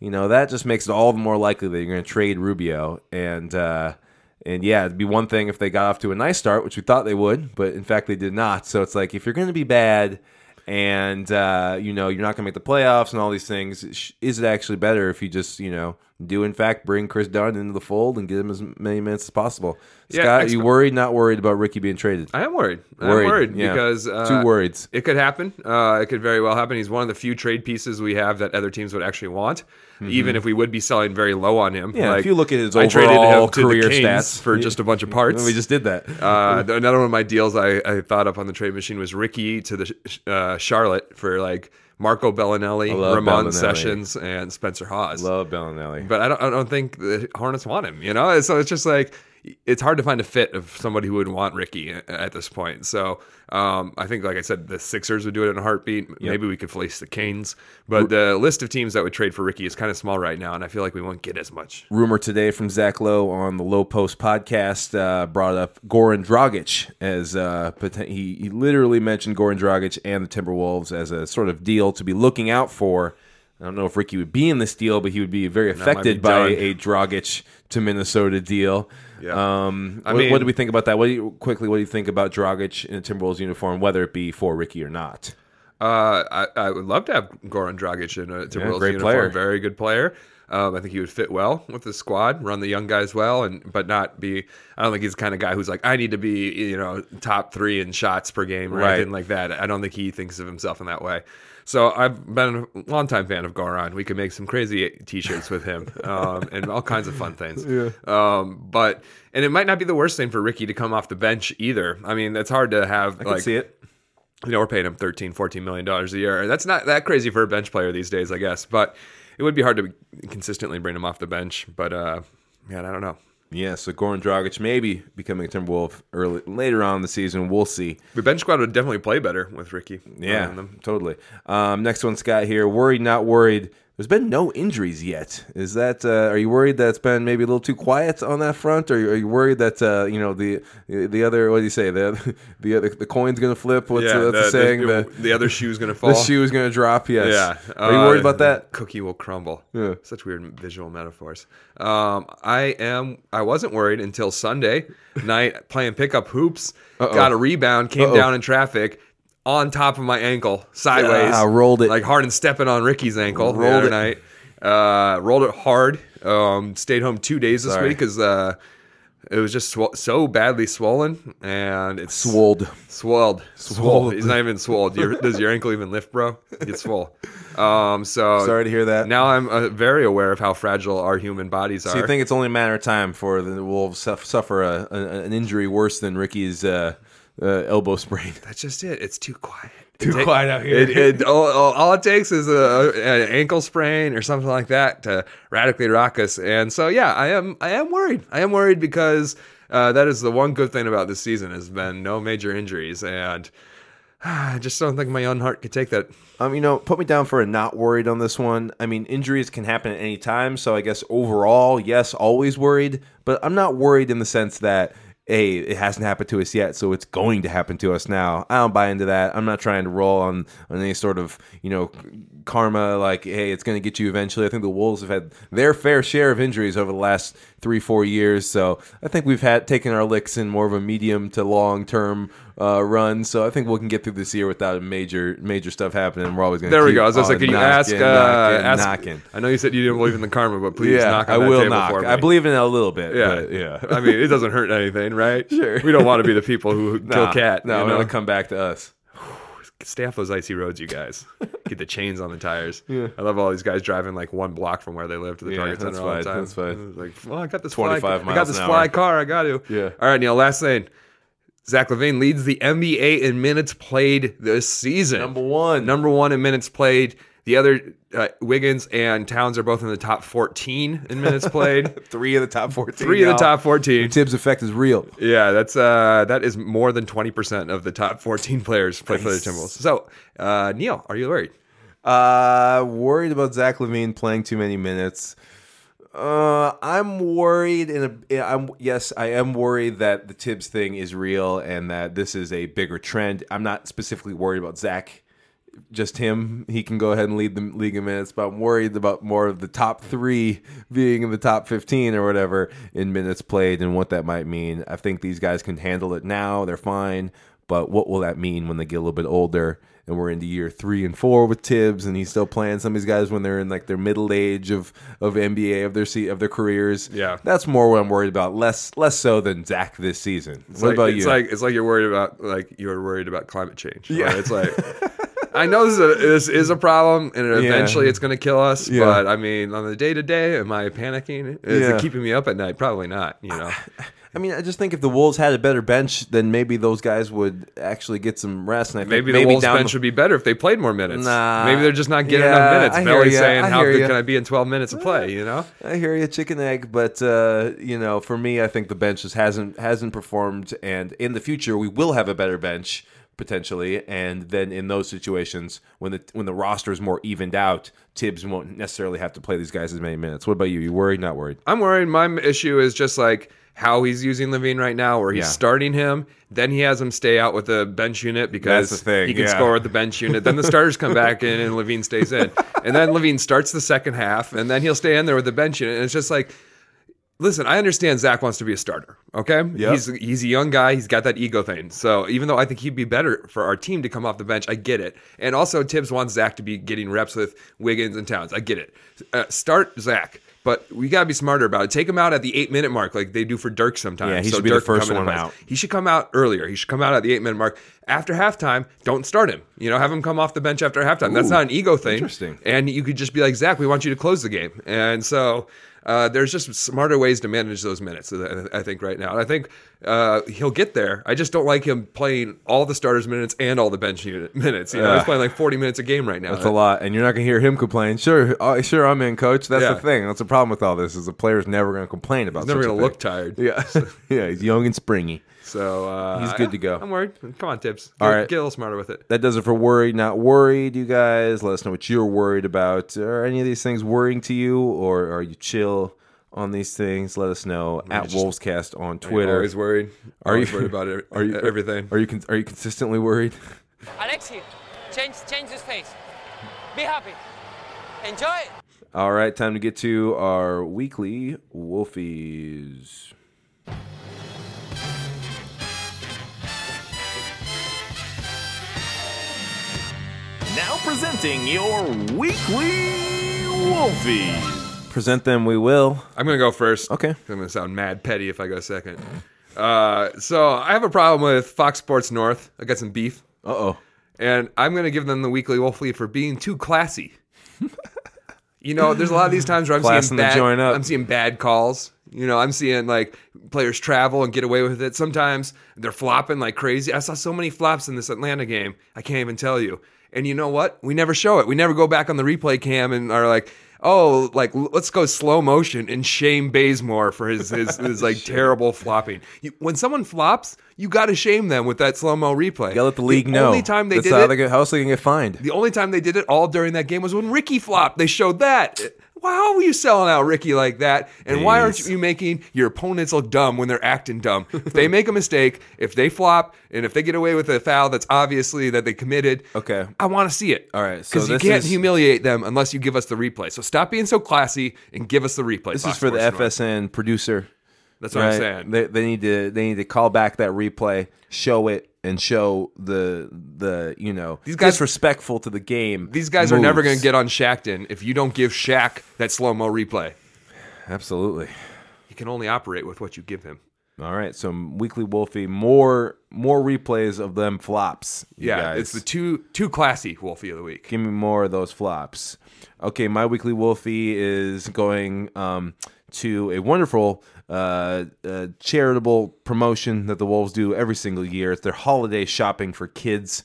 B: you know that just makes it all the more likely that you're going to trade Rubio. And uh, and yeah, it'd be one thing if they got off to a nice start, which we thought they would, but in fact they did not. So it's like if you're going to be bad and uh, you know you're not going to make the playoffs and all these things, sh- is it actually better if you just you know do in fact bring Chris Dunn into the fold and give him as many minutes as possible?
C: Yeah,
B: Scott, are
C: exp-
B: you worried? Not worried about Ricky being traded?
C: I am worried.
B: Worried,
C: I'm worried
B: yeah.
C: because uh,
B: Two words.
C: It could happen. Uh, it could very well happen. He's one of the few trade pieces we have that other teams would actually want, even if we would be selling very low on him.
B: Mm-hmm. Yeah, if you look at his
C: I traded
B: overall
C: him to the
B: career
C: Kings
B: stats.
C: for
B: Yeah.
C: just a bunch of parts.
B: we just did that.
C: Uh, th- another one of my deals I, I thought up on the trade machine was Ricky E to the sh- uh, Charlotte for like Marco Bellinelli,
B: love
C: Ramon
B: Bellinelli.
C: Sessions, and Spencer Hawes.
B: Love Bellinelli.
C: but I don't, I don't think the Hornets want him. You know, so it's just like it's hard to find a fit of somebody who would want Ricky a- at this point. So um, I think, like I said, the Sixers would do it in a heartbeat. Maybe we could fleece the Canes, but the list of teams that would trade for Ricky is kind of small right now, and I feel like we won't get as much.
B: rumor today from Zach Lowe on the Low Post podcast uh, brought up Goran Dragic as uh, poten- he, he literally mentioned Goran Dragic and the Timberwolves as a sort of deal to be looking out for. I don't know if Ricky would be in this deal, but he would be very
C: might
B: affected
C: be
B: by
C: done.
B: a Dragic to Minnesota deal.
C: Yeah.
B: Um,
C: I
B: what,
C: mean-
B: what do we think about that? What do you, quickly, what do you think about Dragic in a Timberwolves uniform, whether it be for Ricky or not?
C: Uh, I, I would love to have Goran Dragic in a Timberwolves
B: great
C: uniform.
B: player.
C: Very good player. Um, I think he would fit well with the squad, run the young guys well, and but not be. I don't think he's the kind of guy who's like, I need to be, you know, top three in shots per game or
B: Right.
C: anything like that. I don't think he thinks of himself in that way. So I've been a longtime fan of Goran. We could make some crazy T-shirts with him um, and all kinds of fun things. Yeah. Um, but and it might not be the worst thing for Ricky to come off the bench either. I mean, that's hard to have.
B: I can see it.
C: you know, we're paying him 13, 14 million dollars a year. That's not that crazy for a bench player these days, I guess. But it would be hard to consistently bring him off the bench. But uh, man, I don't know.
B: Yeah, so Goran Dragic maybe becoming a Timberwolf early later on in the season. We'll see.
C: The bench squad would definitely play better with Ricky.
B: Yeah,
C: around them.
B: totally. Um, next one, Scott here. Worried, not worried. There's been no injuries yet. Is that? Uh, are you worried that it's been maybe a little too quiet on that front? Or are you worried that uh, you know the the other? What do you say? The the other, the coin's gonna flip. What's
C: Yeah,
B: the, that's the, saying?
C: The,
B: The,
C: the other shoe's gonna fall.
B: the shoe is gonna drop. Yes.
C: Yeah.
B: Are you worried
C: Uh,
B: about that?
C: Cookie will crumble.
B: Yeah.
C: Such weird visual metaphors. Um, I am. I wasn't worried until Sunday night playing pickup hoops. Got a rebound. Came down in traffic. On top of my ankle, sideways.
B: Ah, rolled it.
C: like Harden stepping on Ricky's ankle the
B: Rolled
C: other
B: it.
C: night. Uh, rolled it hard. Um, stayed home two days this
B: Sorry.
C: week because uh, it was just sw- so badly swollen, and it's
B: Swolled.
C: Swolled.
B: Swolled.
C: Swolled. He's not even swolled. Your, does your ankle even lift, bro? It's swole. Um, so
B: Sorry to hear that.
C: Now I'm uh, very aware of how fragile our human bodies are.
B: So you think it's only a matter of time for the Wolves suff- suffer a, a, an injury worse than Ricky's uh, uh, elbow sprain?
C: that's just it? It's too quiet.
B: Too quiet out here.
C: It, it, all, all, all it takes is a, an ankle sprain or something like that to radically rock us. And so, yeah, I am I am worried. I am worried because uh, that is the one good thing about this season has been no major injuries, and I just don't think my own heart could take that.
B: Um, you know, put me down for a not worried on this one. I mean, injuries can happen at any time, so I guess overall, yes, always worried, but I'm not worried in the sense that hey, it hasn't happened to us yet, so it's going to happen to us now. I don't buy into that. I'm not trying to roll on on any sort of you know karma like hey, it's going to get you eventually. I think the Wolves have had their fair share of injuries over the last three four years, so I think we've had taken our licks in more of a medium to long term uh, run. So I think we can get through this year without major major stuff happening. We're always going. to
C: There we
B: keep
C: go. I was just
B: on
C: like, can you ask?
B: knocking,
C: uh,
B: knocking,
C: ask-
B: knocking.
C: I know you said you didn't believe in the karma, but please
B: Yeah,
C: knock on
B: I
C: that
B: will
C: table
B: knock.
C: for me.
B: I believe in it a little bit.
C: Yeah,
B: but yeah.
C: I mean, it doesn't hurt anything, right?
B: Sure.
C: We don't want to be the people who
B: Nah,
C: kill cat.
B: No,
C: you
B: it'll
C: know?
B: come back to us.
C: stay off those icy roads, you guys. Get the chains on the tires. I love all these guys driving like one block from where they live to the
B: Yeah,
C: Target
B: that's
C: Center all the
B: fine,
C: time.
B: that's fine.
C: Like, well, I got this
B: 25
C: fly, I got
B: miles
C: this
B: an
C: fly
B: hour.
C: car. I got to.
B: Yeah.
C: All right, Neil. Last thing. Zach Levine leads the NBA in minutes played this season.
B: Number one.
C: Number one in minutes played. The other uh, Wiggins and Towns are both in the top 14 in minutes played.
B: Three of the top fourteen.
C: Three of the
B: now.
C: top 14.
B: Tibbs effect is real.
C: Yeah, that's uh, that is more than twenty percent of the top fourteen players play for the Timberwolves. So, uh, Neil, are you worried?
B: Uh, worried about Zach Levine playing too many minutes. Uh, I'm worried. In a, I'm yes, I am worried that the Tibbs thing is real and that this is a bigger trend. I'm not specifically worried about Zach, just him. He can go ahead and lead the league in minutes, but I'm worried about more of the top three being in the top 15 or whatever in minutes played and what that might mean. I think these guys can handle it now; they're fine. But what will that mean when they get a little bit older? and we're into year three and four with Tibbs, and he's still playing some of these guys when they're in like their middle age of of NBA of their se- of their careers.
C: Yeah.
B: that's more what I'm worried about. Less less so than Zach this season.
C: It's
B: what
C: like,
B: about
C: it's
B: you?
C: Like it's like you're worried about like you're worried about climate change. Yeah,
B: Yeah.
C: it's like I know this is a, this is a problem, and eventually it's going to kill us.
B: Yeah.
C: But I mean, on the day to day, am I panicking? Is
B: Yeah.
C: it keeping me up at night? Probably not. You know,
B: I mean, I just think if the Wolves had a better bench, then maybe those guys would actually get some rest. And I
C: maybe,
B: think maybe
C: the Wolves
B: down
C: bench
B: the-
C: would be better if they played more minutes.
B: Nah.
C: Maybe they're just not getting
B: Yeah,
C: enough
B: I
C: minutes. Belly's
B: hear ya,
C: saying,
B: I
C: "How
B: hear
C: good
B: ya."
C: can I be in twelve minutes of play?" You know.
B: I hear you, chicken egg, but uh, you know, for me, I think the bench just hasn't hasn't performed, and in the future, we will have a better bench potentially. And then in those situations, when the when the roster is more evened out, Tibbs won't necessarily have to play these guys as many minutes. What about you? You worried? Not worried?
C: I'm worried. My m- issue is just like how he's using Levine right now, where he's
B: Yeah.
C: starting him, then he has him stay out with the bench unit because
B: That's the thing,
C: he can
B: yeah.
C: score with the bench unit. Then the starters come back in, and Levine stays in, and then Levine starts the second half, and then he'll stay in there with the bench unit. And it's just like. Listen, I understand Zach wants to be a starter. Okay, he's he's a young guy. He's got that ego thing. So even though I think he'd be better for our team to come off the bench, I get it. And also Tibbs wants Zach to be getting reps with Wiggins and Towns. I get it. Uh, start Zach, but we gotta be smarter about it. Take him out at the eight minute mark, like they do for Dirk sometimes.
B: Yeah, he should be the
C: Dirk can
B: first
C: come in and
B: one
C: plays.
B: out.
C: He should come out earlier. He should come out at the eight minute mark after halftime, don't start him. You know, have him come off the bench after halftime. That's not an ego thing.
B: interesting.
C: And you could just be like, Zach, we want you to close the game. And so uh, there's just smarter ways to manage those minutes, uh, I think, right now. And I think uh, he'll get there. I just don't like him playing all the starters' minutes and all the bench unit minutes. You know, he's playing like 40 minutes a game right now.
B: That's a lot, and you're not gonna hear him complain. Sure, uh, sure, I'm in, coach. That's
C: Yeah.
B: the thing. That's the problem with all this is the player's never gonna complain about.
C: He's never
B: such a
C: going to look
B: thing.
C: tired.
B: Yeah, yeah, he's young and springy.
C: So uh,
B: He's good to go.
C: I'm worried. Come on, Tibbs. Get,
B: All right.
C: get a little smarter with it.
B: That does it for worried, not worried. You guys, let us know what you're worried about. Are any of these things worrying to you, or are you chill on these things? Let us know at Wolvescast on Twitter.
C: Always worried.
B: Are
C: always
B: you-
C: worried about it,
B: Are you
C: everything?
B: Are you con- are you consistently worried?
F: Alexi, change change the face. Be happy. Enjoy.
B: All right, time to get to our weekly Wolfies.
G: Now presenting your weekly Wolfie.
B: Present them, we will.
C: I'm gonna go first.
B: Okay.
C: I'm gonna sound mad petty if I go second. Uh, so I have a problem with Fox Sports North. I got some beef,
B: Uh oh.
C: and I'm gonna give them the weekly Wolfly for being too classy. you know, there's a lot of these times where I'm
B: Classing
C: seeing
B: the
C: bad.
B: joint up.
C: I'm seeing bad calls. You know, I'm seeing like players travel and get away with it. Sometimes they're flopping like crazy. I saw so many flops in this Atlanta game. I can't even tell you. And you know what? We never show it. We never go back on the replay cam and are like, oh, like l- let's go slow motion and shame Bazemore for his his, his like terrible flopping. You, when someone flops, you got to shame them with that slow mo replay.
B: Gotta let the league
C: the
B: know.
C: Only time they
B: That's
C: did
B: how
C: it,
B: They get, how else they can get fined?
C: the only time they did it all during that game was when Ricky flopped. They showed that. Why are you selling out Ricky like that? And why aren't
B: Jeez.
C: you making your opponents look dumb when they're acting dumb? if they make a mistake, if they flop, and if they get away with a foul that's obviously that they committed,
B: Okay.
C: I want to see it.
B: All right, so
C: because you
B: this
C: can't
B: is-
C: humiliate them unless you give us the replay. So stop being so classy and give us the replay.
B: This
C: Fox
B: is for the
C: Sports North.
B: FSN producer.
C: That's what I'm saying.
B: They, they need to they need to call back that replay, show it, and show the the you know
C: These guys-
B: disrespectful to the game.
C: These guys are never going
B: moves.
C: to get on Shackton if you don't give Shaq that slow mo replay.
B: absolutely.
C: He can only operate with what you give him.
B: All right, so weekly Wolfie, more more replays of them flops. you
C: Yeah,
B: guys.
C: it's the too too classy Wolfie of the week.
B: Give me more of those flops. Okay, my weekly Wolfie is going um, to a wonderful uh, uh, charitable promotion that the Wolves do every single year. It's their holiday shopping for kids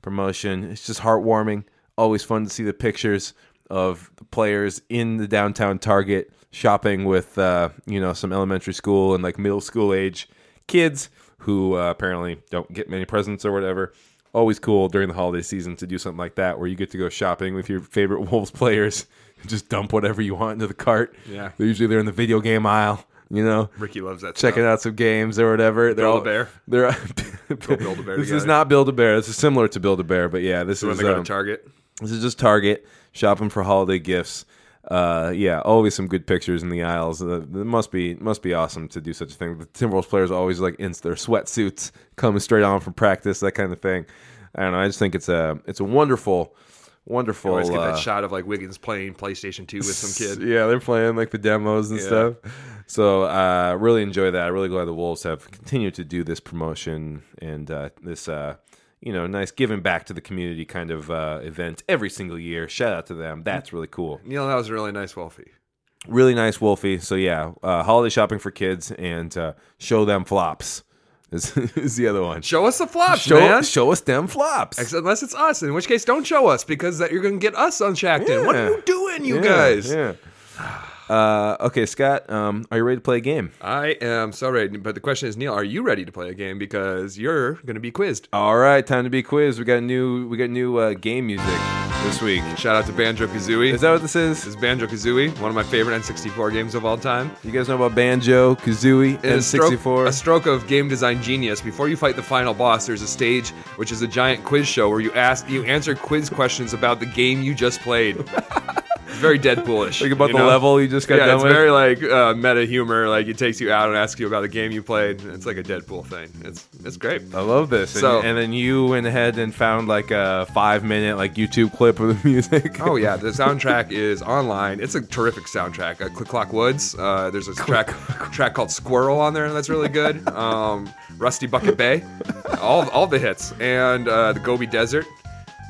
B: promotion. It's just heartwarming. Always fun to see the pictures of the players in the downtown Target shopping with uh, you know some elementary school and like middle school age kids who uh, apparently don't get many presents or whatever. Always cool during the holiday season to do something like that where you get to go shopping with your favorite Wolves players and just dump whatever you want into the cart.
C: Yeah.
B: They're usually they're in the video game aisle, you know.
C: Ricky loves that.
B: Checking
C: stuff.
B: out some games or whatever. They're all-
C: Build-A-Bear.
B: They're
C: Build-A-Bear
B: This is
C: together.
B: not Build a Bear. This is similar to Build a Bear, but yeah, this
C: when
B: is
C: they go
B: um,
C: to Target.
B: this is just Target shopping for holiday gifts. Uh, yeah, always some good pictures in the aisles. Uh, it must be must be awesome to do such a thing. The Timberwolves players always like in their sweatsuits, coming straight on from practice, that kind of thing. I don't know. I just think it's a it's a wonderful, wonderful.
C: Always get
B: uh,
C: that shot of like Wiggins playing PlayStation Two with some kid.
B: yeah, they're playing like the demos and stuff. So uh, really enjoy that. I really glad the Wolves have continued to do this promotion and uh, this, uh, you know, nice giving back to the community kind of uh, event every single year. Shout out to them. That's really cool.
C: Neil, that was a really nice Wolfie.
B: Really nice, Wolfie. So yeah, uh, holiday shopping for kids and uh, show them flops is, is the other one.
C: Show us the flops,
B: Show,
C: man.
B: show us them flops.
C: Except Unless it's us, in which case don't show us because that you're gonna get us on Shackton. What are
B: Yeah.
C: you doing, you
B: Yeah,
C: guys?
B: Yeah. Uh, okay, Scott, um, are you ready to play a game?
C: I am so ready, but the question is, Neil, are you ready to play a game? Because you're gonna be quizzed.
B: All right, time to be quiz. We got new. We got new uh, game music this week.
C: Shout out to Banjo Kazooie.
B: Is that what this
C: This
B: is?
C: is Banjo Kazooie, one of my favorite N64 games of all time.
B: You guys know about banjo, kazooie,
C: And
B: and
C: a stroke, a
B: 64
C: stroke of game design genius. Before you fight the final boss, there's a stage which is a giant quiz show where you ask, you answer quiz questions about the game you just played. very Deadpoolish.
B: Think about
C: you
B: the
C: know?
B: level you just got
C: yeah,
B: done
C: it's
B: with.
C: very like uh, meta humor. Like it takes you out and asks you about the game you played. It's like a Deadpool thing. It's it's great.
B: I love this. And,
C: So-
B: and then you went ahead and found like a five minute like YouTube clip of the music.
C: Oh yeah, the soundtrack is online. It's a terrific soundtrack. Uh, Click Clock Woods. Uh, there's a track track called Squirrel on there that's really good. Um, Rusty Bucket Bay, all all the hits, and uh, the Gobi Desert.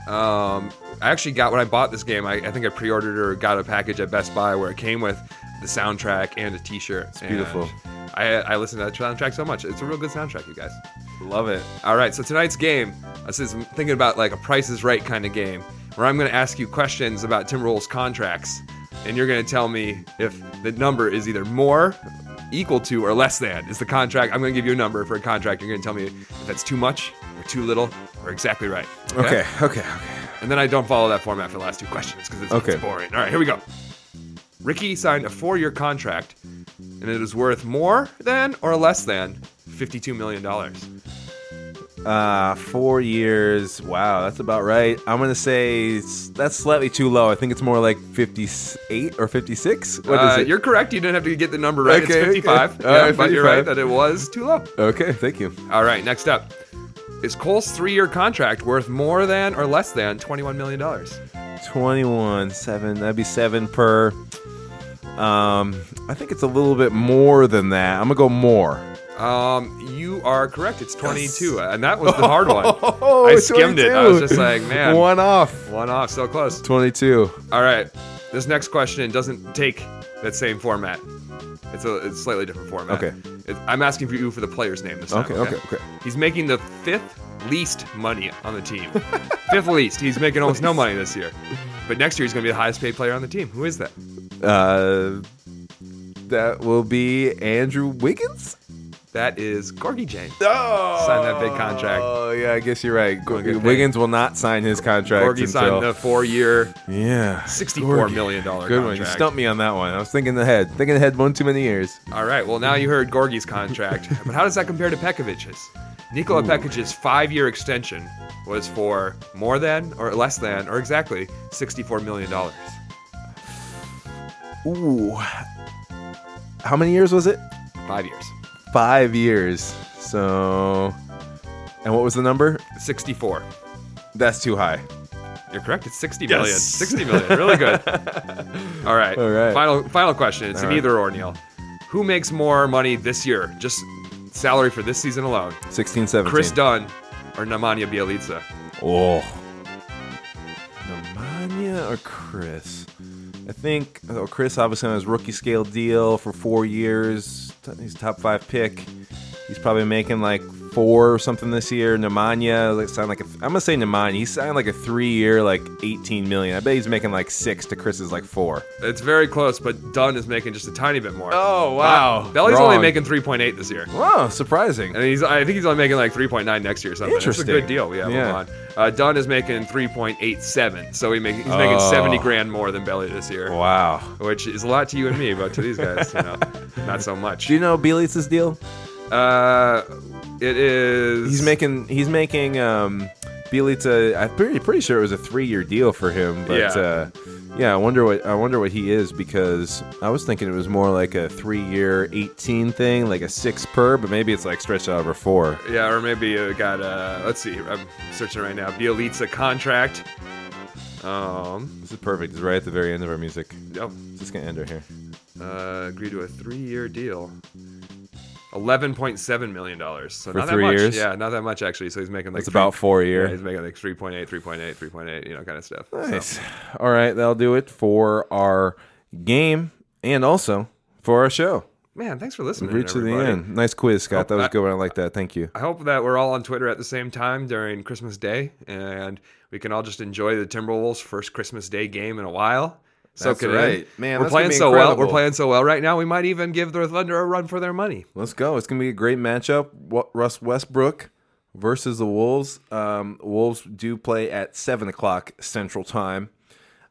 C: Um, I actually got when I bought this game. I, I think I pre-ordered or got a package at Best Buy where it came with the soundtrack and a T-shirt. It's
B: beautiful.
C: I, I listen to that soundtrack so much. It's a real good soundtrack, you guys.
B: love it.
C: All right, so tonight's game, I was thinking about like a Price is Right kind of game, where I'm going to ask you questions about Timberwolves contracts, and you're going to tell me if the number is either more, equal to, or less than is the contract. I'm going to give you a number for a contract. You're going to tell me if that's too much, or too little, or exactly right.
B: Okay. Okay. Okay.
C: And then I don't follow that format for the last two questions because it's, it's
B: Okay.
C: boring. All right, here we go. Ricky signed a four-year contract, and it is worth more than or less than fifty-two million dollars.
B: Uh, four years. Wow, that's about right. I'm gonna say s- that's slightly too low. I think it's more like 58 or 56. What is
C: uh,
B: it?
C: You're correct. You didn't have to get the number right.
B: Okay,
C: it's
B: okay.
C: 55.
B: All
C: Yeah,
B: right,
C: but you're right
B: 55.
C: that it was too low.
B: okay. Thank you.
C: All right, next up. Is Cole's three year contract worth more than or less than $21 million?
B: 21, seven. That'd be seven per. Um, I think it's a little bit more than that. I'm gonna go more.
C: Um, you are correct. It's 22. And that was the hard one.
B: Oh,
C: I skimmed it. I was
B: 22.
C: just like, man.
B: One off.
C: One off, so close.
B: 22.
C: All right. This next question doesn't take that same format. It's a it's slightly different format.
B: Okay.
C: It, I'm asking for you for the player's name this time.
B: Okay, okay, okay.
C: He's making the fifth least money on the team. fifth least. He's making almost no money this year. But next year he's going to be the highest paid player on the team. Who is that?
B: Uh, that will be Andrew Wiggins.
C: That is Gorgie Jane.
B: Oh,
C: Sign that big contract.
B: Oh yeah, I guess you're right. Go-
C: get paid.
B: Wiggins will not sign his contract
C: Gorgie
B: until
C: signed the four-year,
B: yeah,
C: sixty-four
B: Gorgie.
C: million dollar
B: Good one.
C: contract.
B: You stumped me on that one. I was thinking ahead, thinking ahead one too many years.
C: All right. Well, now you heard Gorgie's contract, but how does that compare to Pekovic's? Nikola Pekovic's five-year extension was for more than, or less than, or exactly sixty-four million dollars.
B: Ooh, how many years was it?
C: Five years.
B: Five years. So, and what was the number?
C: Sixty-four.
B: That's too high.
C: You're correct. It's sixty million. Sixty million. Really good. All right.
B: All right.
C: Final final question. It's
B: All
C: an
B: right.
C: either or, Neil. Who makes more money this year, just salary for this season alone?
B: 16, 17.
C: Chris Dunn or Nemanja Bjelica?
B: Oh. Nemanja or Chris? I think oh, Chris obviously on his rookie scale deal for four years. t- He's a top five pick. He's probably making like four or something this year. Nemanja like signed like a, I'm gonna say Nemanja. He signed like a three year like 18 million. I bet he's making like six to Chris's like four.
C: It's very close, but Dunn is making just a tiny bit more.
B: Oh, wow.
C: But Belly's only
B: Wrong.
C: making 3.8 this year.
B: Wow, Oh, surprising.
C: And he's, I think he's only making like 3.9 next year or something. It's
B: Interesting.
C: a good deal. Yeah,
B: Yeah.
C: Move on. Uh, Dunn is making 3.87, so he make, he's making
B: Oh.
C: 70 grand more than Belly this year,
B: Wow.
C: which is a lot to you and me, but to these guys, you know, not so much.
B: Do you know Bielitsa's deal?
C: Uh, it is.
B: He's making he's making um Bielitsa I'm pretty pretty sure it was a three year deal for him, but
C: Yeah.
B: uh yeah, I wonder what I wonder what he is because I was thinking it was more like a three year eighteen thing, like a six per, but maybe it's like stretched out over four.
C: Yeah, or maybe you got uh Let's see. I'm searching right now. Bielitsa contract. Um.
B: This is perfect. It's right at the very end of our music.
C: Oh,
B: It's just gonna end right here.
C: uh, agreed to a three-year deal. Eleven point seven million dollars. So
B: For
C: not
B: three
C: that much.
B: years?
C: Yeah, not that much actually. So he's making like
B: It's about four a year.
C: Yeah, he's making like 3.8, 3.8, 3.8, you know, kind of stuff. So-
B: Nice. All right, that'll do it for our game and also for our show.
C: man, thanks for listening.
B: Reach to the
C: everybody.
B: end. Nice quiz, Scott. that was
C: I-
B: good one. Oh, I like that. Thank you.
C: I hope that we're all on Twitter at the same time during Christmas Day, and we can all just enjoy the Timberwolves' first Christmas Day game in a while. So
B: That's right. Man,
C: we're
B: that's gonna
C: playing
B: be
C: so well. We're
B: incredible.
C: playing so well right now. We might even give the Thunder a run for their money.
B: Let's go. It's gonna be a great matchup. Wa- Russ Westbrook versus the Wolves. Um, Wolves do play at seven o'clock Central Time.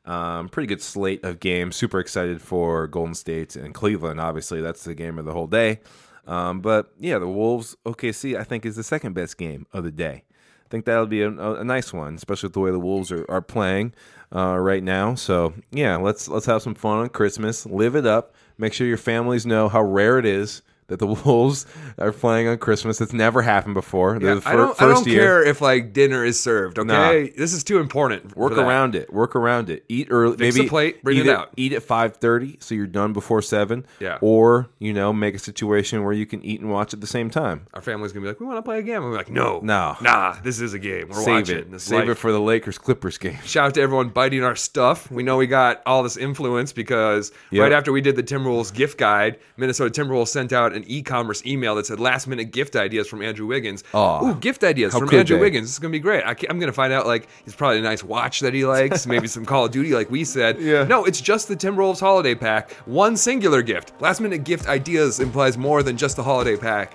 B: Um, pretty good slate of games. Super excited for Golden State and Cleveland. Obviously, that's the game of the whole day. Um, but yeah, the Wolves OKC I think is the second best game of the day. think that'll be a, a, a nice one, especially with the way the Wolves are, are playing uh, right now. So yeah, let's let's have some fun on Christmas, live it up. Make sure your families know how rare it is that the Wolves are playing on Christmas. It's never happened before. They're the fir-
C: I don't,
B: first
C: I don't
B: year.
C: care if like dinner is served. Okay, this is too important. for
B: Work
C: that.
B: around it. Work around it. Eat early.
C: Fix the
B: maybe
C: plate, bring
B: eat
C: it out.
B: Eat at five thirty, so you're done before seven.
C: Yeah.
B: Or you know, make a situation where you can eat and watch at the same time.
C: Our family's gonna be like, we want to play a game. I'm like, no,
B: No.
C: nah. This is a game. We're
B: Save
C: watching
B: it.
C: This
B: Save
C: life.
B: it for the Lakers Clippers game.
C: Shout out to everyone biting our stuff. We know we got all this influence because
B: Yep.
C: right after we did the Timberwolves gift guide, Minnesota Timberwolves sent out an e-commerce email that said last minute gift ideas from Andrew Wiggins.
B: Aw.
C: Ooh, gift ideas
B: How
C: from
B: could
C: Andrew
B: they?
C: Wiggins. This is gonna be great. I ca- I'm gonna find out like it's probably a nice watch that he likes, maybe some Call of Duty like we said.
B: Yeah.
C: No, it's just the Timberwolves holiday pack. One singular gift. Last minute gift ideas implies more than just the holiday pack.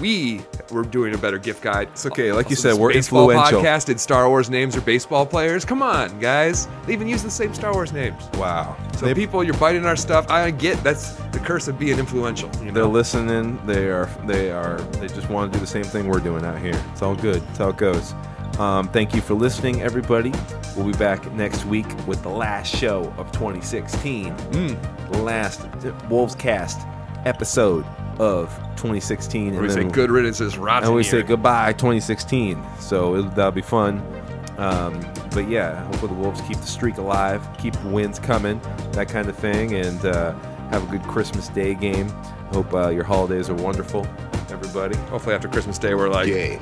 C: We were doing a better gift guide.
B: It's okay. Like you
C: Also,
B: said,
C: this
B: we're
C: baseball
B: influential.
C: Podcast did Star Wars names or baseball players. Come on, guys. They even use the same Star Wars names.
B: Wow.
C: So people, you're biting our stuff. I get that's the curse of being influential. You
B: They're
C: know?
B: listening. They are. They are. They just want to do the same thing we're doing out here. It's all good. It's how it goes. Um, thank you for listening, everybody. We'll be back next week with the last show of 2016. Mm. The last Wolves Cast episode of 2016.
C: We
B: and
C: say
B: then-
C: good riddance is rotten.
B: and we say
C: here.
B: goodbye 2016. So it, that'll be fun. Um, but yeah, hopefully the Wolves keep the streak alive, keep the wins coming, that kind of thing, and uh, have a good Christmas Day game. Hope uh, your holidays are wonderful, everybody.
C: Hopefully after Christmas Day, we're like,
H: gang.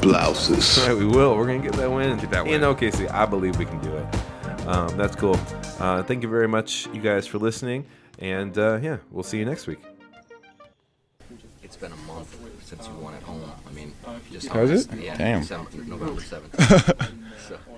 H: Blouses.
B: All right, we will. We're gonna get that win. Get
C: that
B: in
C: win.
B: OKC. I believe we can do it. Um, that's cool. Uh, thank you very much, you guys, for listening. And uh, yeah, we'll see you next week.
I: It's been a month since you won at home. I mean, just Has
J: it?
I: Yeah,
J: Damn.
I: 7th, November 7th. so,